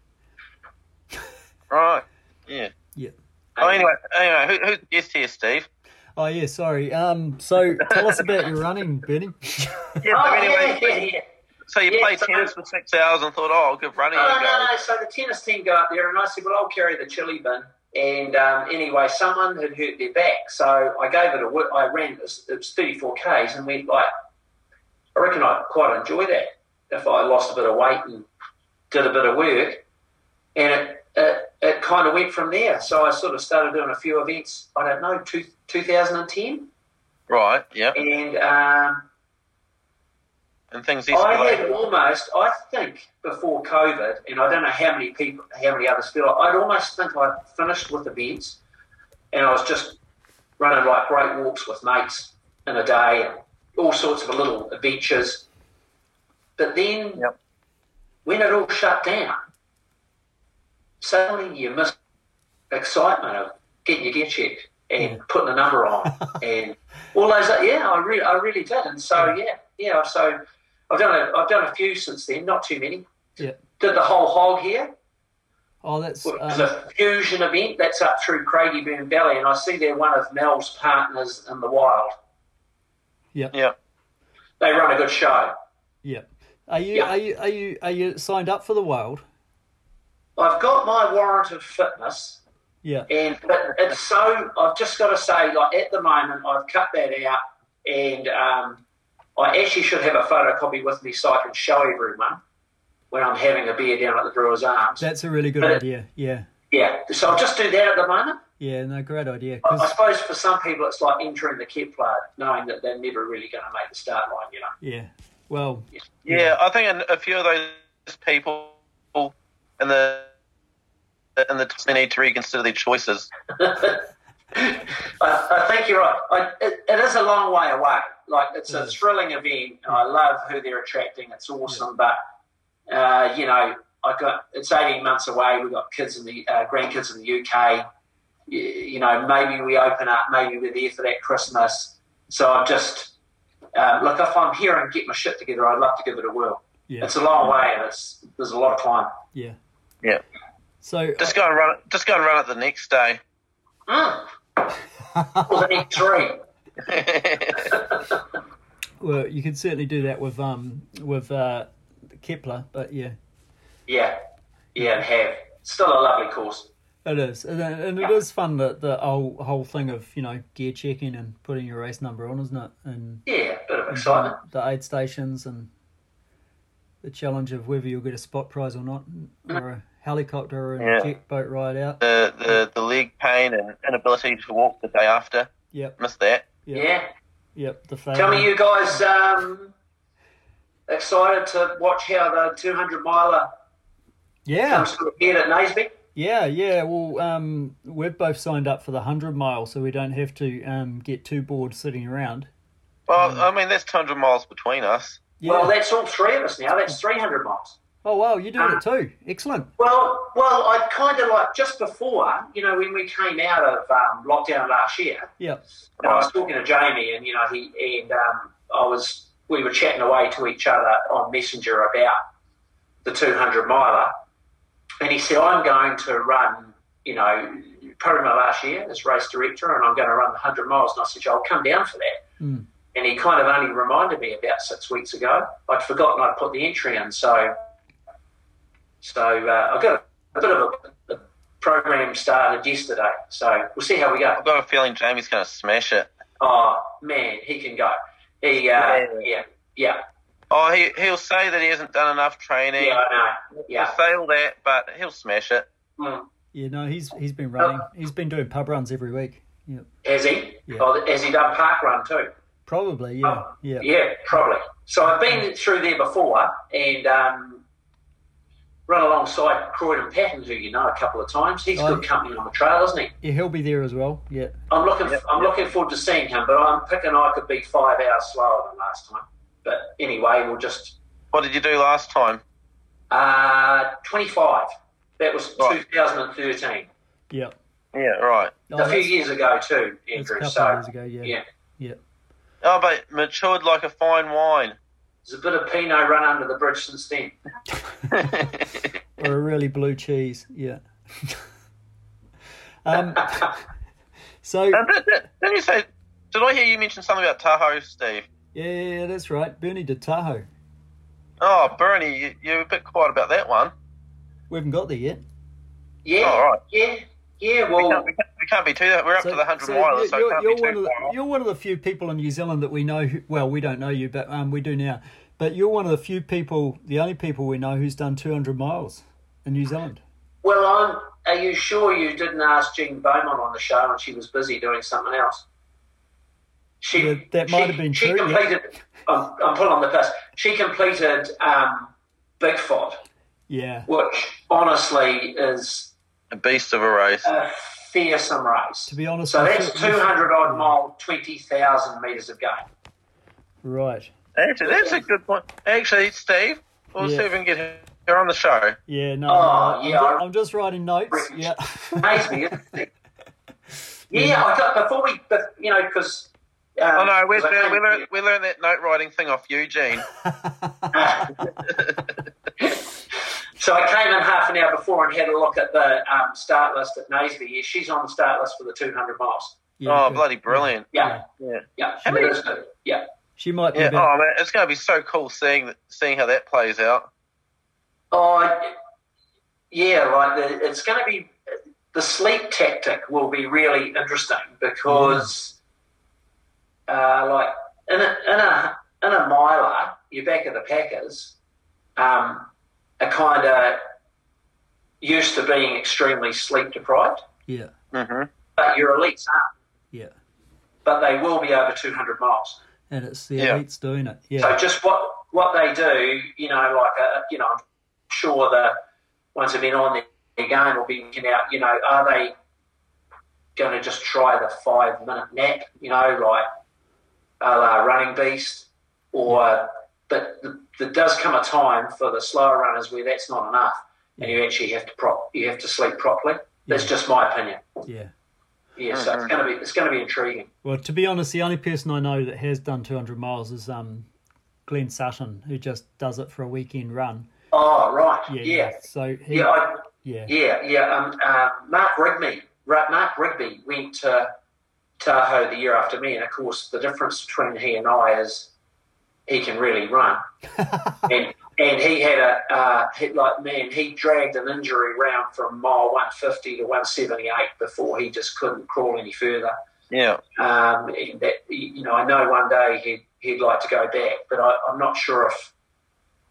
[SPEAKER 2] right, yeah.
[SPEAKER 1] Yeah.
[SPEAKER 2] Oh, anyway, anyway, who, who's the guest here, Steve?
[SPEAKER 1] Oh, yeah, sorry. Um, so tell us about your running, Bernie.
[SPEAKER 2] Yeah,
[SPEAKER 3] Oh,
[SPEAKER 2] so anyway,
[SPEAKER 3] yeah, yeah, yeah.
[SPEAKER 2] So you
[SPEAKER 3] Yeah,
[SPEAKER 2] played
[SPEAKER 3] so-
[SPEAKER 2] tennis for six hours and thought, oh, I'll give running a
[SPEAKER 3] No,
[SPEAKER 2] go.
[SPEAKER 3] no, no. So the tennis team go up there, and I said, "Well, I'll carry the chili bin." And um, anyway, someone had hurt their back, so I gave it a whirl. I ran it was, it was 34 k's, and went like, I reckon I would quite enjoy that if I lost a bit of weight and did a bit of work. and it, it, it kind of went from there. So I sort of started doing a few events, I don't know, two, 2010.
[SPEAKER 2] Right. Yeah.
[SPEAKER 3] And um,
[SPEAKER 2] And things
[SPEAKER 3] Oh, I had
[SPEAKER 2] escalate.
[SPEAKER 3] almost, I think, before COVID, and I don't know how many people, how many others feel, I'd almost think I finished with events and I was just running like great walks with mates in a day and all sorts of little adventures. But then
[SPEAKER 2] Yep.
[SPEAKER 3] when it all shut down, suddenly you miss excitement of getting your gear checked and putting a number on and all those. Yeah, I really, I really did. And so yeah, yeah. So I've done a, I've done a few since then, not too many.
[SPEAKER 1] Yeah.
[SPEAKER 3] Did the whole hog here.
[SPEAKER 1] Oh, that's
[SPEAKER 3] It was
[SPEAKER 1] um,
[SPEAKER 3] a fusion event that's up through Craigieburn Valley, and I see they're one of Mel's partners in the wild.
[SPEAKER 1] yeah,
[SPEAKER 2] Yeah.
[SPEAKER 3] They run a good show.
[SPEAKER 1] yeah. Are you
[SPEAKER 3] Yeah.
[SPEAKER 1] are you are you are you signed up for the wild?
[SPEAKER 3] I've got my warrant of fitness.
[SPEAKER 1] Yeah,
[SPEAKER 3] And but it's so I've just got to say, like at the moment, I've cut that out, and um, I actually should have a photocopy with me so I can show everyone when I'm having a beer down at the Brewers Arms.
[SPEAKER 1] that's a really good
[SPEAKER 3] But it-
[SPEAKER 1] idea. Yeah,
[SPEAKER 3] Yeah, so I'll just do that at the moment.
[SPEAKER 1] yeah, no, great idea.
[SPEAKER 3] I, I
[SPEAKER 1] 'cause-
[SPEAKER 3] suppose for some people, it's like entering the Kepler, knowing that they're never really going to make the start line. You know.
[SPEAKER 1] yeah, well,
[SPEAKER 2] Yeah, I think in a few of those people in the in the they need to reconsider their choices.
[SPEAKER 3] I, I think you're right. I, it, it is a long way away. Like it's
[SPEAKER 1] It
[SPEAKER 3] a
[SPEAKER 1] is.
[SPEAKER 3] thrilling event.
[SPEAKER 1] Mm.
[SPEAKER 3] and I love who they're attracting. It's awesome, but uh, you know, I got it's 18 months away. We've got kids in the uh, grandkids in the UK. You, you know, maybe we open up. Maybe we're there for that Christmas. So I'm just uh, look if I'm here and get my shit together, I'd love to give it a whirl.
[SPEAKER 1] yeah,
[SPEAKER 3] It's a long way, and it's there's a lot of climb.
[SPEAKER 1] yeah,
[SPEAKER 2] Yeah.
[SPEAKER 1] So
[SPEAKER 2] Just go and run. it- Just go and run it the next day.
[SPEAKER 3] Mm. well, the next three.
[SPEAKER 1] well, you could certainly do that with um with uh Kepler, but yeah,
[SPEAKER 3] Yeah, yeah, and have still a lovely course.
[SPEAKER 1] It is, and it- and it
[SPEAKER 3] Yeah.
[SPEAKER 1] is fun that the whole whole thing of you know gear checking and putting your race number on, isn't it? And
[SPEAKER 3] Yeah, bit of excitement.
[SPEAKER 1] the aid stations and the challenge of whether you'll get a spot prize or not, or a helicopter and
[SPEAKER 2] Yeah.
[SPEAKER 1] jet boat ride out.
[SPEAKER 2] The the the leg pain and inability to walk the day after.
[SPEAKER 1] Yep,
[SPEAKER 2] Miss that.
[SPEAKER 1] Yeah.
[SPEAKER 3] Yeah.
[SPEAKER 1] yep. The
[SPEAKER 3] Tell me,
[SPEAKER 1] failure.
[SPEAKER 3] you guys um, excited to watch how the 200 miler
[SPEAKER 1] Yeah,
[SPEAKER 3] comes to a head at Naseby?
[SPEAKER 1] yeah, yeah. Well, um, we've both signed up for the hundred mile, so we don't have to um get too bored sitting around.
[SPEAKER 3] Mm.
[SPEAKER 2] Well, I mean that's 200 miles between us.
[SPEAKER 1] Yeah.
[SPEAKER 3] Well, that's all three of us now. That's 300 miles.
[SPEAKER 1] oh wow, you're doing it too. Excellent.
[SPEAKER 3] Well, well, I kind of like just before, you know, when we came out of um, lockdown last year,
[SPEAKER 1] Yeah,
[SPEAKER 3] And I was talking to Jamie, and you know, he and um, I was we were chatting away to each other on Messenger about the 200 miler, and he said, "I'm going to run, you know, probably my last year as race director, and I'm going to run the 100 miles." And I said, "I'll come down for that."
[SPEAKER 1] Mm.
[SPEAKER 3] And he kind of only reminded me about six weeks ago. I'd forgotten I'd put the entry in, so so uh, I got a, bit of a, a program started yesterday. So we'll see how we go.
[SPEAKER 2] I've got a feeling Jamie's going to smash it.
[SPEAKER 3] Oh man, he can go. He, uh,
[SPEAKER 2] Yeah.
[SPEAKER 3] yeah, yeah, yeah,
[SPEAKER 2] Oh, he he'll say that he hasn't done enough training.
[SPEAKER 3] I know, yeah.
[SPEAKER 2] He'll say all that, but he'll smash it.
[SPEAKER 3] Mm.
[SPEAKER 1] yeah. No, he's he's
[SPEAKER 2] Oh.
[SPEAKER 1] been running. He's been doing pub runs every week. Yep.
[SPEAKER 3] Has he?
[SPEAKER 1] Yeah.
[SPEAKER 3] Oh, has he done park run too?
[SPEAKER 1] Probably, yeah,
[SPEAKER 3] Oh,
[SPEAKER 1] yeah,
[SPEAKER 3] Yeah, probably. So I've been through there before and um, run alongside Croydon Patton, who you know a couple of times. He's
[SPEAKER 1] Oh,
[SPEAKER 3] good
[SPEAKER 1] yeah.
[SPEAKER 3] company on the trail, isn't he?
[SPEAKER 1] yeah. He'll be there as well. Yeah,
[SPEAKER 3] I'm looking, I'm looking forward to seeing him, but I'm picking I could be five hours slower than last time. But anyway, we'll just
[SPEAKER 2] What did you do last time?
[SPEAKER 3] uh, 25. That was
[SPEAKER 2] Right.
[SPEAKER 3] 2013.
[SPEAKER 1] yeah.
[SPEAKER 2] Yeah, right.
[SPEAKER 1] Oh,
[SPEAKER 3] a few
[SPEAKER 1] that's-
[SPEAKER 3] years ago too,
[SPEAKER 1] that's a
[SPEAKER 3] Andrew.
[SPEAKER 1] couple
[SPEAKER 3] So
[SPEAKER 1] of years ago, yeah.
[SPEAKER 3] yeah,
[SPEAKER 2] Oh, but matured like a fine wine.
[SPEAKER 3] there's a bit of Pinot run under the bridge since then.
[SPEAKER 1] or a really blue cheese, yeah. um, so
[SPEAKER 2] And did, did, did you say? Did I hear you mention something about Tahoe, Steve?
[SPEAKER 1] yeah, that's right. Bernie did Tahoe.
[SPEAKER 2] Oh, Bernie, you, you're a bit quiet about that one.
[SPEAKER 1] We haven't got there yet.
[SPEAKER 3] Yeah,
[SPEAKER 2] Oh, right.
[SPEAKER 3] yeah, yeah.
[SPEAKER 2] We
[SPEAKER 3] Well,
[SPEAKER 2] can't, we can't, we can't be too. We're up to the hundred miler, so it
[SPEAKER 1] Oh. you're,
[SPEAKER 2] can't
[SPEAKER 1] you're
[SPEAKER 2] be
[SPEAKER 1] one
[SPEAKER 2] too
[SPEAKER 1] of the,
[SPEAKER 2] far off.
[SPEAKER 1] you're one of the few people in New Zealand that we know. Who, well, we don't know you, but um, we do now. But you're one of the few people, the only people we know who's done 200 miles in New Zealand.
[SPEAKER 3] Well, I'm, are you sure you didn't ask Jean Beaumont on the show and she was busy doing something else? She,
[SPEAKER 1] Yeah, that
[SPEAKER 3] she-
[SPEAKER 1] might have been
[SPEAKER 3] she
[SPEAKER 1] true, yeah.
[SPEAKER 3] completed, I'm, I'm pulling on the piss. She completed um, Big Fod,
[SPEAKER 1] Yeah.
[SPEAKER 3] which honestly is
[SPEAKER 2] A beast of a race.
[SPEAKER 3] a fearsome race.
[SPEAKER 1] To be honest,
[SPEAKER 3] so
[SPEAKER 1] I
[SPEAKER 3] that's
[SPEAKER 1] thought-
[SPEAKER 3] 200 odd mile, 20,000 metres of game.
[SPEAKER 1] Right.
[SPEAKER 2] Actually, that's a good point. Actually, Steve, we'll
[SPEAKER 1] Yeah.
[SPEAKER 2] see if we can get her on the show.
[SPEAKER 1] Yeah. No.
[SPEAKER 3] Oh,
[SPEAKER 1] I'm-
[SPEAKER 3] yeah,
[SPEAKER 1] I'm,
[SPEAKER 3] I-
[SPEAKER 1] I'm just writing notes. Yeah.
[SPEAKER 3] Amazing, isn't it? Yeah, I got before we, but, you know, because. Um,
[SPEAKER 2] Oh no, we
[SPEAKER 3] 'cause I
[SPEAKER 2] learned,
[SPEAKER 3] came
[SPEAKER 2] we,
[SPEAKER 3] to
[SPEAKER 2] learned,
[SPEAKER 3] you.
[SPEAKER 2] we learned that note writing thing off Eugene.
[SPEAKER 3] So I came in half an hour before and had a look at the um, start list at Naseby. Yeah, she's on the start list for the 200 miles.
[SPEAKER 1] Yeah,
[SPEAKER 2] oh,
[SPEAKER 1] good.
[SPEAKER 2] bloody brilliant!
[SPEAKER 3] Yeah,
[SPEAKER 2] Yeah,
[SPEAKER 3] yeah.
[SPEAKER 2] How many-
[SPEAKER 3] that is good. Yeah.
[SPEAKER 1] She might be.
[SPEAKER 2] yeah.
[SPEAKER 1] a bit-
[SPEAKER 2] Oh man, it's going to be so cool seeing seeing how that plays out.
[SPEAKER 3] Oh, I- yeah, like the, it's going to be the sleep tactic will be really interesting because, uh, like in a in a in a miler, your back of the packers um, are kind of used to being extremely sleep deprived,
[SPEAKER 1] Yeah.
[SPEAKER 2] Mm-hmm.
[SPEAKER 3] but your elites aren't.
[SPEAKER 1] Yeah.
[SPEAKER 3] But they will be over 200 miles.
[SPEAKER 1] And it's the
[SPEAKER 2] Yeah.
[SPEAKER 1] elites doing it. Yeah.
[SPEAKER 3] So just what what they do, you know, like uh, you know, I'm sure the ones who've been on their, their game will be looking out. You know, are they going to just try the five minute nap? You know, like a la running beast, or but th- there does come a time for the slower runners where that's not enough, and you actually have to prop you have to sleep properly. That's
[SPEAKER 1] Yeah.
[SPEAKER 3] just my opinion.
[SPEAKER 1] Yeah.
[SPEAKER 3] Yeah, so it's gonna be it's gonna be intriguing.
[SPEAKER 1] Well, to be honest, the only person I know that has done 200 miles is um, Glenn Sutton, who just does it for a weekend run.
[SPEAKER 3] Oh right, yeah, yeah.
[SPEAKER 1] So he,
[SPEAKER 3] yeah I,
[SPEAKER 1] yeah,
[SPEAKER 3] Yeah, yeah. Um, uh, Mark Rigby, right, Mark Rigby went to Tahoe the year after me, and of course, the difference between he and I is he can really run, and and he had a uh, hit like man, he dragged an injury round from mile one fifty to one seventy eight before he just couldn't crawl any further.
[SPEAKER 2] Yeah,
[SPEAKER 3] Um, and that you know, I know one day he'd he'd like to go back, but I, I'm not sure if.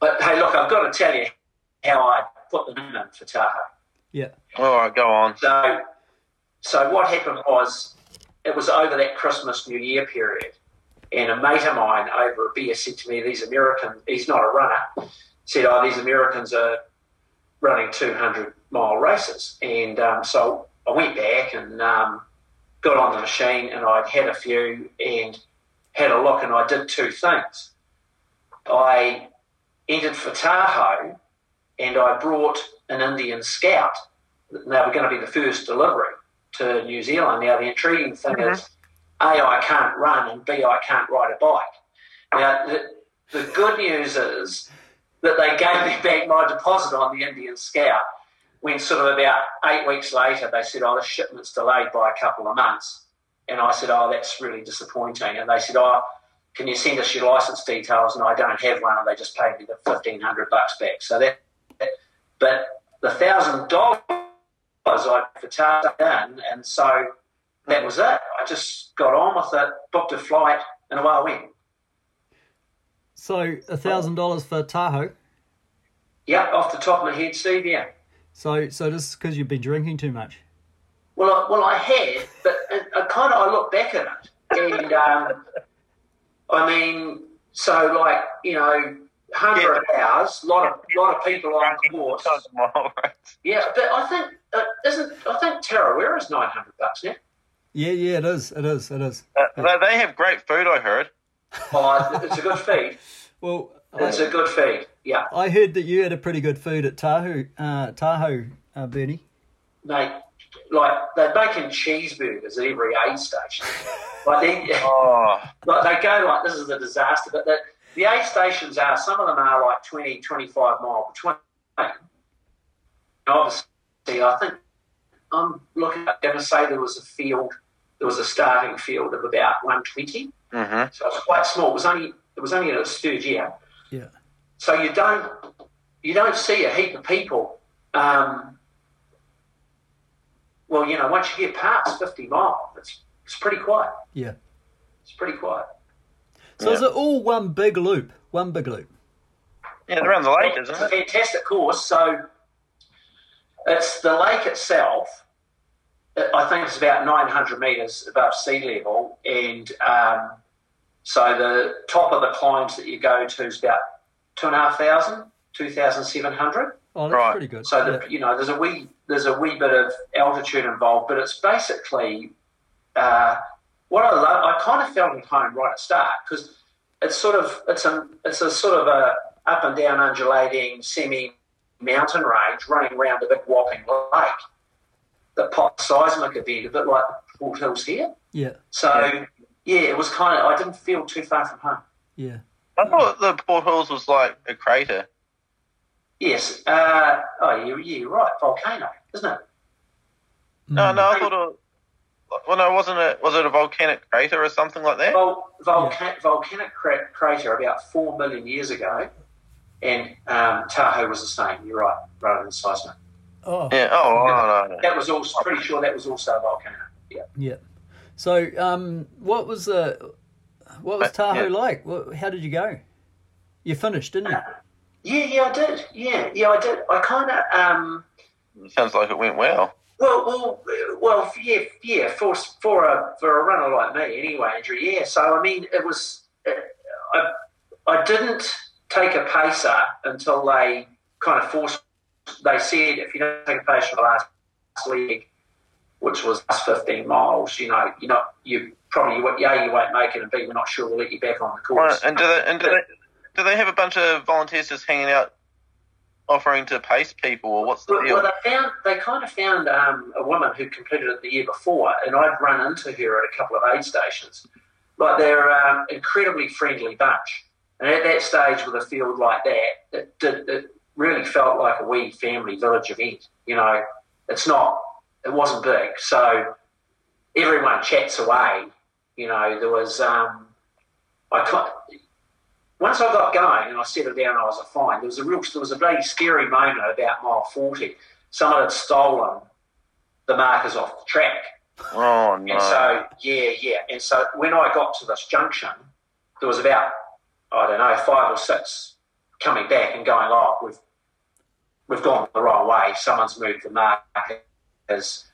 [SPEAKER 3] But hey, look, I've got to tell you how I put the name in for Tahoe.
[SPEAKER 1] yeah,
[SPEAKER 2] All right, go on.
[SPEAKER 3] So, so what happened was, it was over that Christmas New Year period, and a mate of mine over a beer said to me, "These Americans, he's not a runner," said, "Oh, these Americans are running 200 mile races," and um, so I went back and um, got on the machine, and I'd had a few and had a look, and I did two things. I entered for Tahoe, and I brought an Indian scout they were going to be the first delivery to New Zealand. Now, the intriguing thing is A, I can't run, and B, I can't ride a bike. Now, the, the good news is that they gave me back my deposit on the Indian Scout when, sort of about eight weeks later, they said, Oh, the shipment's delayed by a couple of months. And I said, Oh, that's really disappointing. And they said, Oh, can you send us your license details? And I don't have one. And they just paid me the 1500 bucks back. So that, but the $1,000 was I for Tata done, and so that was it. I just got on with it, booked a flight, and away I went.
[SPEAKER 1] So a thousand dollars for Tahoe.
[SPEAKER 3] Yeah, off the top of my head, Steve. Yeah.
[SPEAKER 1] So so this is because you've been drinking too much.
[SPEAKER 3] Well, I, well, I had, but it, I kind of I look back at it, and um, I mean, so like you know, hundred of hours, lot of lot of people on the course.
[SPEAKER 2] Tomorrow, right?
[SPEAKER 3] Yeah, but I think uh, isn't I think Tarawera is nine hundred bucks now.
[SPEAKER 1] Yeah, yeah, it is, it is, it is.
[SPEAKER 2] Uh, they- they have great food, I heard.
[SPEAKER 3] Oh, it's a good feed.
[SPEAKER 1] Well, I,
[SPEAKER 3] It's a good feed. Yeah.
[SPEAKER 1] I heard that you had a pretty good food at Tahoe, uh, Tahoe, uh, Bernie.
[SPEAKER 3] mate, like they're making cheeseburgers at every aid station. Like they,
[SPEAKER 2] Oh,
[SPEAKER 3] like they go like this is a disaster. But the, the aid stations are some of them are like 20, 25 mile between. And obviously, I think I'm looking. I'm going to say there was a field, there was a starting field of about one twenty.
[SPEAKER 2] hmm
[SPEAKER 3] So it's quite small. It was only it was only in its third year
[SPEAKER 1] Yeah,
[SPEAKER 3] so you don't you don't see a heap of people. Um, well, you know, once you get past fifty mile, it's it's pretty quiet.
[SPEAKER 1] yeah.
[SPEAKER 3] It's pretty quiet.
[SPEAKER 1] So is it all one big loop? One big loop.
[SPEAKER 2] yeah, it's around the lake,
[SPEAKER 3] It's
[SPEAKER 2] isn't
[SPEAKER 3] a
[SPEAKER 2] it?
[SPEAKER 3] fantastic course. So It's the lake itself. it- I think it's about 900 metres above sea level, and um, so the top of the climbs that you go to is about two and a half thousand, two thousand seven hundred.
[SPEAKER 1] Oh, that's
[SPEAKER 2] Right.
[SPEAKER 1] pretty good.
[SPEAKER 3] So that you know, there's a wee there's a wee bit of altitude involved, but it's basically uh, what I love. I kind of felt at home right at start because it's sort of it's a it's a sort of a up and down undulating semi mountain range running around a big whopping lake that popped seismic event, a bit like the Port Hills here.
[SPEAKER 1] yeah,
[SPEAKER 3] So
[SPEAKER 2] Yeah.
[SPEAKER 3] yeah, it was kind of I didn't feel too far from home.
[SPEAKER 1] yeah,
[SPEAKER 2] I thought the Port Hills was like a crater.
[SPEAKER 3] Yes. Uh, oh, you're, you're right. Volcano, isn't it?
[SPEAKER 2] No,
[SPEAKER 1] Mm.
[SPEAKER 2] no, I thought it. was- Well, no, wasn't it? Was it a volcanic crater or something like that?
[SPEAKER 3] Vol- volca- Volcanic cra- crater about four million years ago, and um, Tahoe was the same. You're right, rather than seismic.
[SPEAKER 1] Oh,
[SPEAKER 2] Yeah. Oh, no, no, no.
[SPEAKER 3] That was also pretty sure that was also a volcano. Yeah.
[SPEAKER 1] yeah. So, um, what was the, what was
[SPEAKER 2] Uh,
[SPEAKER 1] Tahoe
[SPEAKER 2] yeah.
[SPEAKER 1] like? What, how did you go? You finished, didn't you?
[SPEAKER 3] Yeah, yeah, I did. Yeah, yeah, I did. I kind of, um,
[SPEAKER 2] Sounds like it went well.
[SPEAKER 3] well, well, uh, well, yeah, yeah, for for a for a runner like me, anyway, Andrew. Yeah, so I mean, it was, uh, I, I didn't take a pacer until they kind of forced. They said if you don't take a pacer for the last leg, which was us 15 miles, you know, you're not, you probably, you won't- A, you won't make it, and B, we're not sure we'll let you back on the
[SPEAKER 2] Right,
[SPEAKER 3] course.
[SPEAKER 2] and do they? And do they? Do they have a bunch of volunteers just hanging out, offering to pace people, or what's the
[SPEAKER 3] Well, well,
[SPEAKER 2] deal?
[SPEAKER 3] they found they kind of found um, a woman who completed it the year before, and I'd run into her at a couple of aid stations. Like they're um, incredibly friendly bunch, and at that stage with a field like that, it, did, it really felt like a wee family village event. You know, it's not, it wasn't big, so everyone chats away. You know, there was um, I ca- once I got going and I settled down, I was a fine. There was a real, there was a bloody scary moment at about mile forty. Someone had stolen the markers off the track,
[SPEAKER 2] Oh no.
[SPEAKER 3] and so yeah, yeah. And so when I got to this junction, there was about I don't know five or six coming back and going, oh, we've we've gone the wrong way. Someone's moved the markers.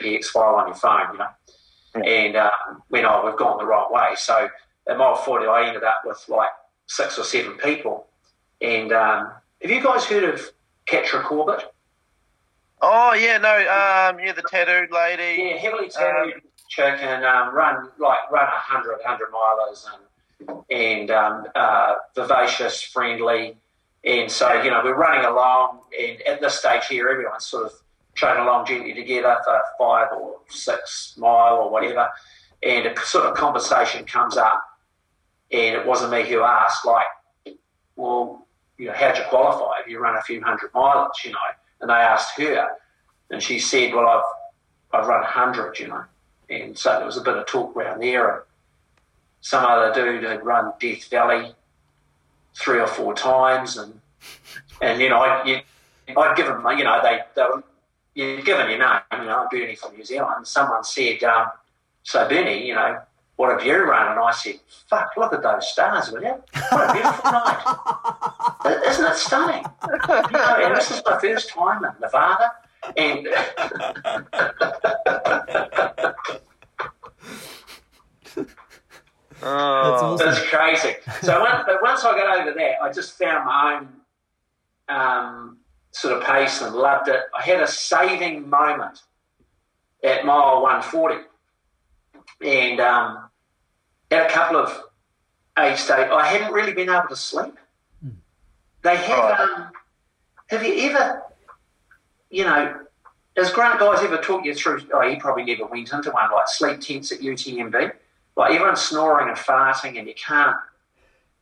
[SPEAKER 3] PX file on your phone, you know. And um, when I we've gone the wrong way, so at mile forty, I ended up with like six or seven people. And um, have you guys heard of Catra Corbett?
[SPEAKER 2] Oh yeah, no. Um, yeah, the tattooed lady.
[SPEAKER 3] Yeah, heavily tattooed chick and um, run like run 100, 100 milers and and um, uh, vivacious, friendly, and so you know we're running along, and at this stage here, everyone's sort of trotting along gently together for five or six mile or whatever, and a sort of conversation comes up, and it wasn't me who asked, like, well, you know, how'd you qualify? Have you run a few hundred miles, you know? And they asked her, and she said, well, I've I've run 100, you know. And so there was a bit of talk around there. And some other dude had run Death Valley three or four times. And, and you know, I'd, you, I'd given, my- you know, they, they were, you'd given your name, you know, Bernie from New Zealand. Someone said, um, so Bernie, you know, what have you run? And I said, fuck, look at those stars, will you? What a beautiful night. Isn't it stunning? You know, and this is my first time in Nevada. And
[SPEAKER 2] Oh.
[SPEAKER 1] That's awesome.
[SPEAKER 3] That's crazy. So when, but once I got over that, I just found my own um, sort of pace and loved it. I had a saving moment at mile 140 and um, had a couple of aid state. I hadn't really been able to sleep. They have.
[SPEAKER 2] Right.
[SPEAKER 3] Um, have you ever, you know, has Grant guys ever talked you through? Oh, he probably never went into one like sleep tents at UTMB. Like everyone's snoring and farting, and you can't.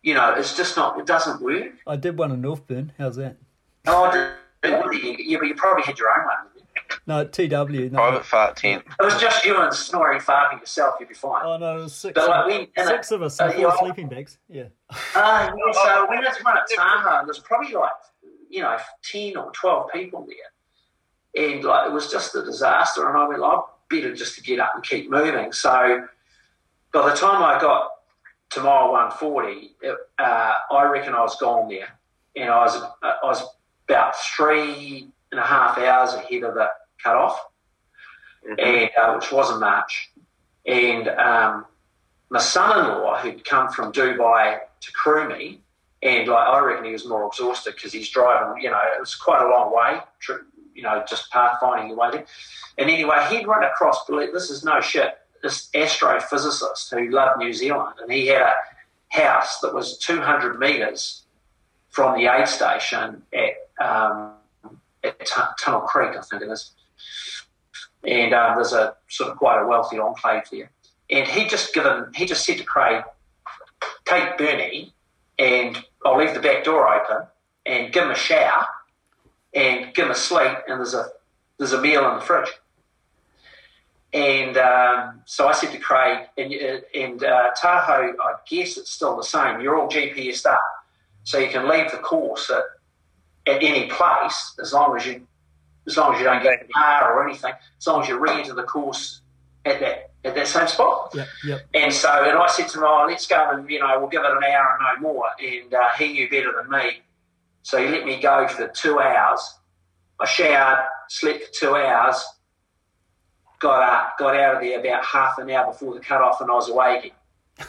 [SPEAKER 3] You know, it's just not. It doesn't work.
[SPEAKER 1] I did one in Northburn. How's that?
[SPEAKER 3] Oh, I didn't- you, you, you probably had your own one. didn't you?
[SPEAKER 1] No, TW. No.
[SPEAKER 2] Private fart tent.
[SPEAKER 3] It was just you and snoring, farting yourself. You'd be fine.
[SPEAKER 1] Oh no, it was six.
[SPEAKER 3] But like we- and
[SPEAKER 1] six of us
[SPEAKER 3] uh,
[SPEAKER 1] in
[SPEAKER 3] you
[SPEAKER 1] four
[SPEAKER 3] know-
[SPEAKER 1] sleeping bags. Yeah.
[SPEAKER 3] Uh, yeah, so when it's run at Tahoe, there's probably like, you know, 10 or 12 people there. And like, it was just a disaster. And I went, I better just to get up and keep moving. So by the time I got to mile 140, it, uh, I reckon I was gone there. And I was, I was about three and a half hours ahead of the cutoff, and uh, which was in March. And um, my son-in-law, who'd come from Dubai to crew me, and like I reckon he was more exhausted because he's driving. You know, it was quite a long way. Tri- you know, just pathfinding your way there. And anyway, he'd run across. believe- This is no shit. This astrophysicist who loved New Zealand, and he had a house that was 200 meters from the aid station at, um, at Tu- Tunnel Creek, I think it is. And um, there's a sort of quite a wealthy enclave there. And he just given he just said to Craig, take Bernie, and I'll leave the back door open, and give him a shower, and give him a sleep, and there's a there's a meal in the fridge. And um, so I said to Craig, and, and uh, Tahoe, I guess it's still the same. You're all GPSed up, so you can leave the course at, at any place as long as you as long as you don't get in the car or anything. As long as you re-enter the course at that at that same spot.
[SPEAKER 1] Yep, yep.
[SPEAKER 3] And so, and I said to him, oh, let's go and, you know, we'll give it an hour and no more. And uh, he knew better than me. So he let me go for two hours. I showered, slept for two hours, got up, got out of there about half an hour before the cutoff and I was away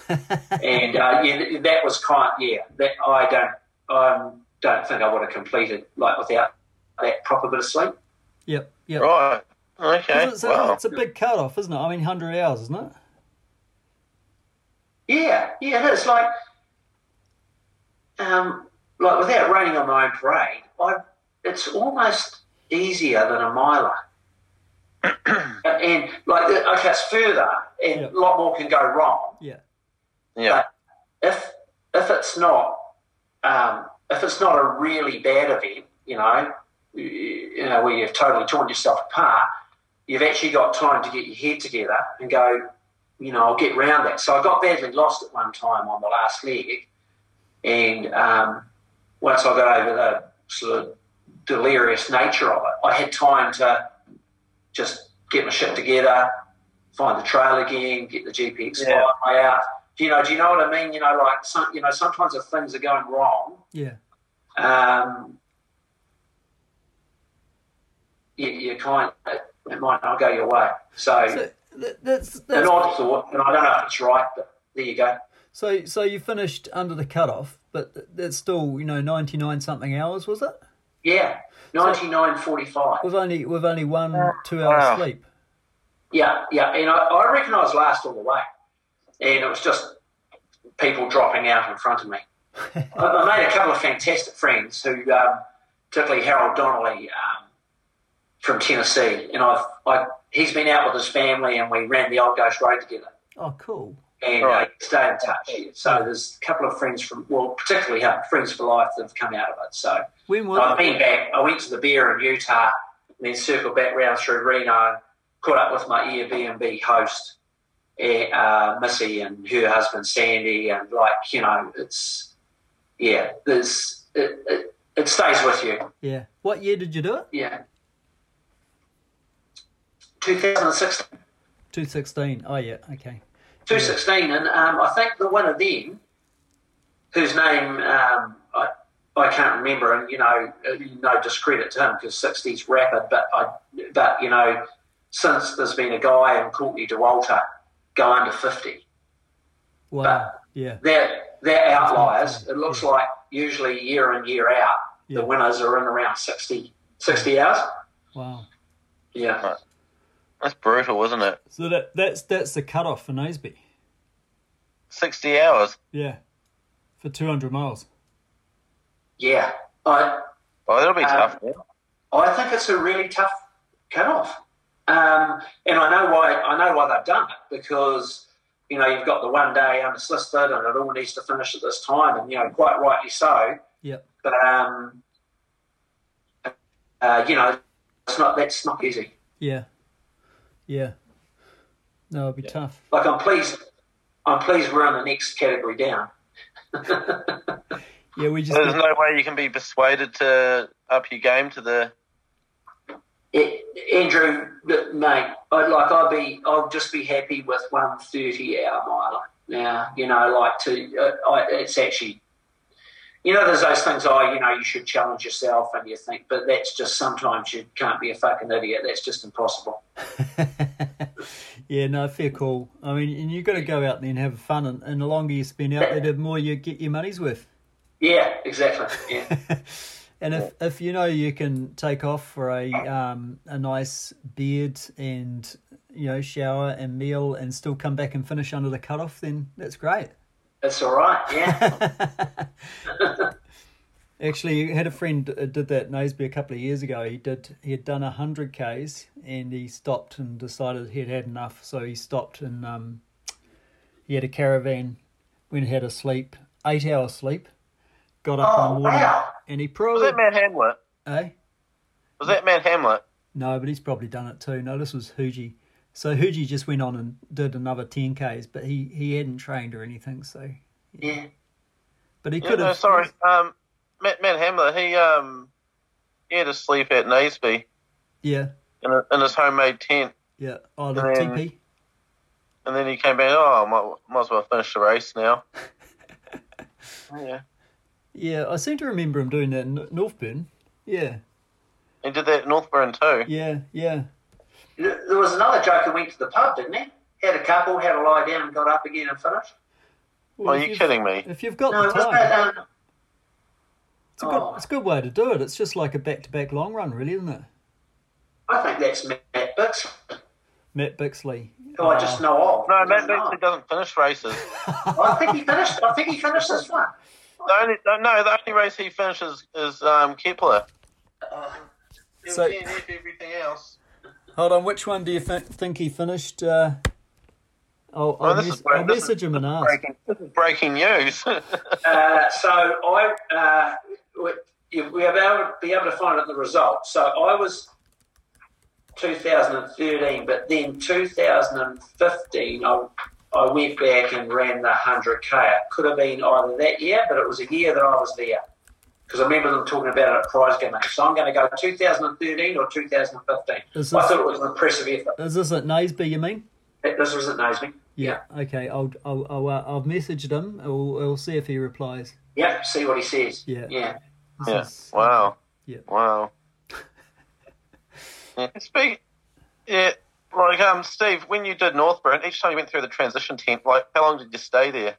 [SPEAKER 3] again. and uh, yeah, th- that was kind yeah, that I don't, I don't think I would have completed, like, without that proper bit of sleep.
[SPEAKER 1] Yep, yep.
[SPEAKER 2] Right. Okay.
[SPEAKER 1] It's, a,
[SPEAKER 2] Wow.
[SPEAKER 1] it's a big cutoff, isn't it? I mean, 100 hours, isn't it?
[SPEAKER 3] Yeah, yeah, it is. Like, um, like without running on my own parade, I, it's almost easier than a miler. and like, okay, it's further, and
[SPEAKER 1] Yeah.
[SPEAKER 3] a lot more can go wrong.
[SPEAKER 1] Yeah.
[SPEAKER 2] Yeah.
[SPEAKER 3] If if it's not, um, if it's not a really bad event, you know, you, you know, where you've totally torn yourself apart, you've actually got time to get your head together and go, you know, I'll get round that. So I got badly lost at one time on the last leg, and um, once I got over the sort of delirious nature of it, I had time to just get my shit together, find the trail again, get the GPX
[SPEAKER 2] Yeah.
[SPEAKER 3] fly out. Do you know? Do you know what I mean? You know, like some, you know, sometimes if things are going wrong,
[SPEAKER 1] Yeah.
[SPEAKER 3] um, you, you kind it, it might not go your way. So,
[SPEAKER 1] So that, that's,
[SPEAKER 3] an
[SPEAKER 1] that's
[SPEAKER 3] odd thought, and I don't know if it's right, but there you go.
[SPEAKER 1] so so you finished under the cutoff, but th- that's still you know 99 something hours, was it?
[SPEAKER 3] Yeah, ninety nine forty five.
[SPEAKER 1] We've only we've only one two hours
[SPEAKER 2] Wow.
[SPEAKER 1] sleep.
[SPEAKER 3] Yeah, yeah, and I, I reckon I was last all the way, and it was just people dropping out in front of me. I, I made a couple of fantastic friends who, um, particularly Harold Donnelly um, from Tennessee, and I've I, he's been out with his family, and we ran the Old Ghost Road together,
[SPEAKER 1] Oh, cool.
[SPEAKER 3] and
[SPEAKER 2] Right.
[SPEAKER 3] uh, stay in touch. So there's a couple of friends from, well, particularly him, friends for life that have come out of it. So.
[SPEAKER 1] When
[SPEAKER 3] I've
[SPEAKER 1] was it?
[SPEAKER 3] been back. I went to the beer in Utah, and then circled back round through Reno, caught up with my Airbnb host, eh, uh, Missy, and her husband Sandy, and like you know, it's yeah, there's it, it, it stays with you.
[SPEAKER 1] Yeah. What year did you do it?
[SPEAKER 3] Yeah, 2016,
[SPEAKER 1] 216. Oh yeah. Okay.
[SPEAKER 3] 2016, and um, I think the winner then, whose name um, I, I can't remember, and you know, uh, no discredit to him because 60s rapid, but I, but you know, since there's been a guy in Courtney DeWalter go under 50,
[SPEAKER 1] Wow. Yeah.
[SPEAKER 3] they're, they're outliers. It looks like usually year in, year out,
[SPEAKER 1] Yeah.
[SPEAKER 3] the winners are in around 60, 60 hours.
[SPEAKER 1] Wow.
[SPEAKER 3] Yeah.
[SPEAKER 2] Right. That's brutal, isn't it?
[SPEAKER 1] So that that's that's the cutoff for Naseby.
[SPEAKER 2] Sixty hours.
[SPEAKER 1] Yeah. For 200 miles.
[SPEAKER 3] Yeah. I,
[SPEAKER 2] Oh, that'll be
[SPEAKER 3] Um,
[SPEAKER 2] tough. man.
[SPEAKER 3] I think it's a really tough cutoff. Um, and I know why I know why they've done it because you know you've got the one day unsolicited and it all needs to finish at this time, and you know quite rightly so.
[SPEAKER 1] Yep.
[SPEAKER 3] But um, uh, you know it's not that's not easy.
[SPEAKER 1] Yeah. Yeah. No, it'd be tough.
[SPEAKER 3] Like I'm pleased, I'm pleased we're in the next category down.
[SPEAKER 1] Yeah, we just
[SPEAKER 2] There's no way you can be persuaded to up your game to the.
[SPEAKER 3] It, Andrew, look, mate, I'd like I'd be I'll just be happy with one thirty hour miler now. You know, like to uh, I, it's actually you know, there's those things, oh, you know, you should challenge yourself and you think, but that's just sometimes you can't be a fucking idiot. That's just impossible.
[SPEAKER 1] yeah, no, fair call. I mean, and you've got to go out there and have fun, and, and the longer you spend out there, the more you get your money's worth.
[SPEAKER 3] Yeah, exactly. Yeah.
[SPEAKER 1] And if, if you know you can take off for a um, a nice beard and you know shower and meal and still come back and finish under the cutoff, then that's great.
[SPEAKER 3] That's all right. Yeah.
[SPEAKER 1] Actually, I had a friend that did that in Naseby a couple of years ago. He did. He had done hundred k's and he stopped and decided he had had enough. So he stopped and um, he had a caravan, went and had a sleep, eight hour sleep, got up in
[SPEAKER 3] Oh,
[SPEAKER 1] the morning,
[SPEAKER 3] wow.
[SPEAKER 1] and he
[SPEAKER 2] Was
[SPEAKER 1] probably
[SPEAKER 2] that man Hamlet?
[SPEAKER 1] eh?
[SPEAKER 2] Was that man Hamlet?
[SPEAKER 1] No, but he's probably done it too. No, this was Hoogie. So Hoogie just went on and did another ten k's, but he he hadn't trained or anything. So,
[SPEAKER 3] Yeah.
[SPEAKER 1] but he
[SPEAKER 2] Yeah,
[SPEAKER 1] could
[SPEAKER 2] no,
[SPEAKER 1] have.
[SPEAKER 2] sorry. Um, man, man Hamlet. He um, he had to sleep at Naseby
[SPEAKER 1] Yeah,
[SPEAKER 2] in, a, in his homemade tent,
[SPEAKER 1] yeah. Oh, the
[SPEAKER 2] Yeah.
[SPEAKER 1] TP.
[SPEAKER 2] and then he came back. Oh, might, might as well finish the race now. yeah,
[SPEAKER 1] Yeah, I seem to remember him doing that in N- Northburn. Yeah,
[SPEAKER 2] he did that at Northburn too.
[SPEAKER 1] yeah, yeah.
[SPEAKER 3] There there was another joker went to the pub, didn't he? Had a couple, had a lie down, got up again and finished.
[SPEAKER 1] Well,
[SPEAKER 2] Are
[SPEAKER 1] if
[SPEAKER 2] you
[SPEAKER 1] you've-
[SPEAKER 2] kidding me?
[SPEAKER 1] If you've got
[SPEAKER 3] No,
[SPEAKER 1] the
[SPEAKER 3] it was
[SPEAKER 1] time,
[SPEAKER 3] about, um,
[SPEAKER 1] it's a, good,
[SPEAKER 3] oh.
[SPEAKER 1] it's a good way to do it. It's just like a back-to-back long run, really, isn't it?
[SPEAKER 3] I think that's Matt Bix,
[SPEAKER 1] Matt Bixley.
[SPEAKER 3] who I just know of.
[SPEAKER 2] No,
[SPEAKER 3] I
[SPEAKER 2] Matt
[SPEAKER 3] don't know.
[SPEAKER 2] Bixley doesn't finish races.
[SPEAKER 3] I think he finished. I think he finished this one.
[SPEAKER 2] The only no, no, the only race he finishes is um, Kepler.
[SPEAKER 1] So-
[SPEAKER 2] everything else.
[SPEAKER 1] Hold on, which one do you thi- think he finished? Uh, I'll, I'll,
[SPEAKER 2] this
[SPEAKER 1] mes-
[SPEAKER 2] is great.
[SPEAKER 1] I'll
[SPEAKER 2] This is
[SPEAKER 1] message him and ask.
[SPEAKER 2] Breaking, this is breaking news.
[SPEAKER 3] Uh, so I, uh, we, you- we have able, be able to find out the result. So I was 2013, but then 2015, I, I went back and ran the 100k. It could have been either that year, but it was a year that I was there because I remember them talking about it at prize giving. So I'm going to go 2013 or 2015.
[SPEAKER 1] Is
[SPEAKER 3] I
[SPEAKER 1] this-
[SPEAKER 3] thought it was an impressive effort.
[SPEAKER 1] Is this at Naseby? You mean?
[SPEAKER 3] This wasn't Naseby.
[SPEAKER 1] Yeah. Okay. I'll I'll I'll, uh, I'll message him. I'll, I'll see if he replies.
[SPEAKER 3] Yep. See what he says.
[SPEAKER 1] Yeah.
[SPEAKER 3] Yeah.
[SPEAKER 1] This
[SPEAKER 2] yeah.
[SPEAKER 1] is-
[SPEAKER 2] Wow.
[SPEAKER 1] Yeah.
[SPEAKER 2] Wow. yeah. Speak. Yeah. Like um, Steve, when you did Northburn, each time you went through the transition tent, like how long did you stay there?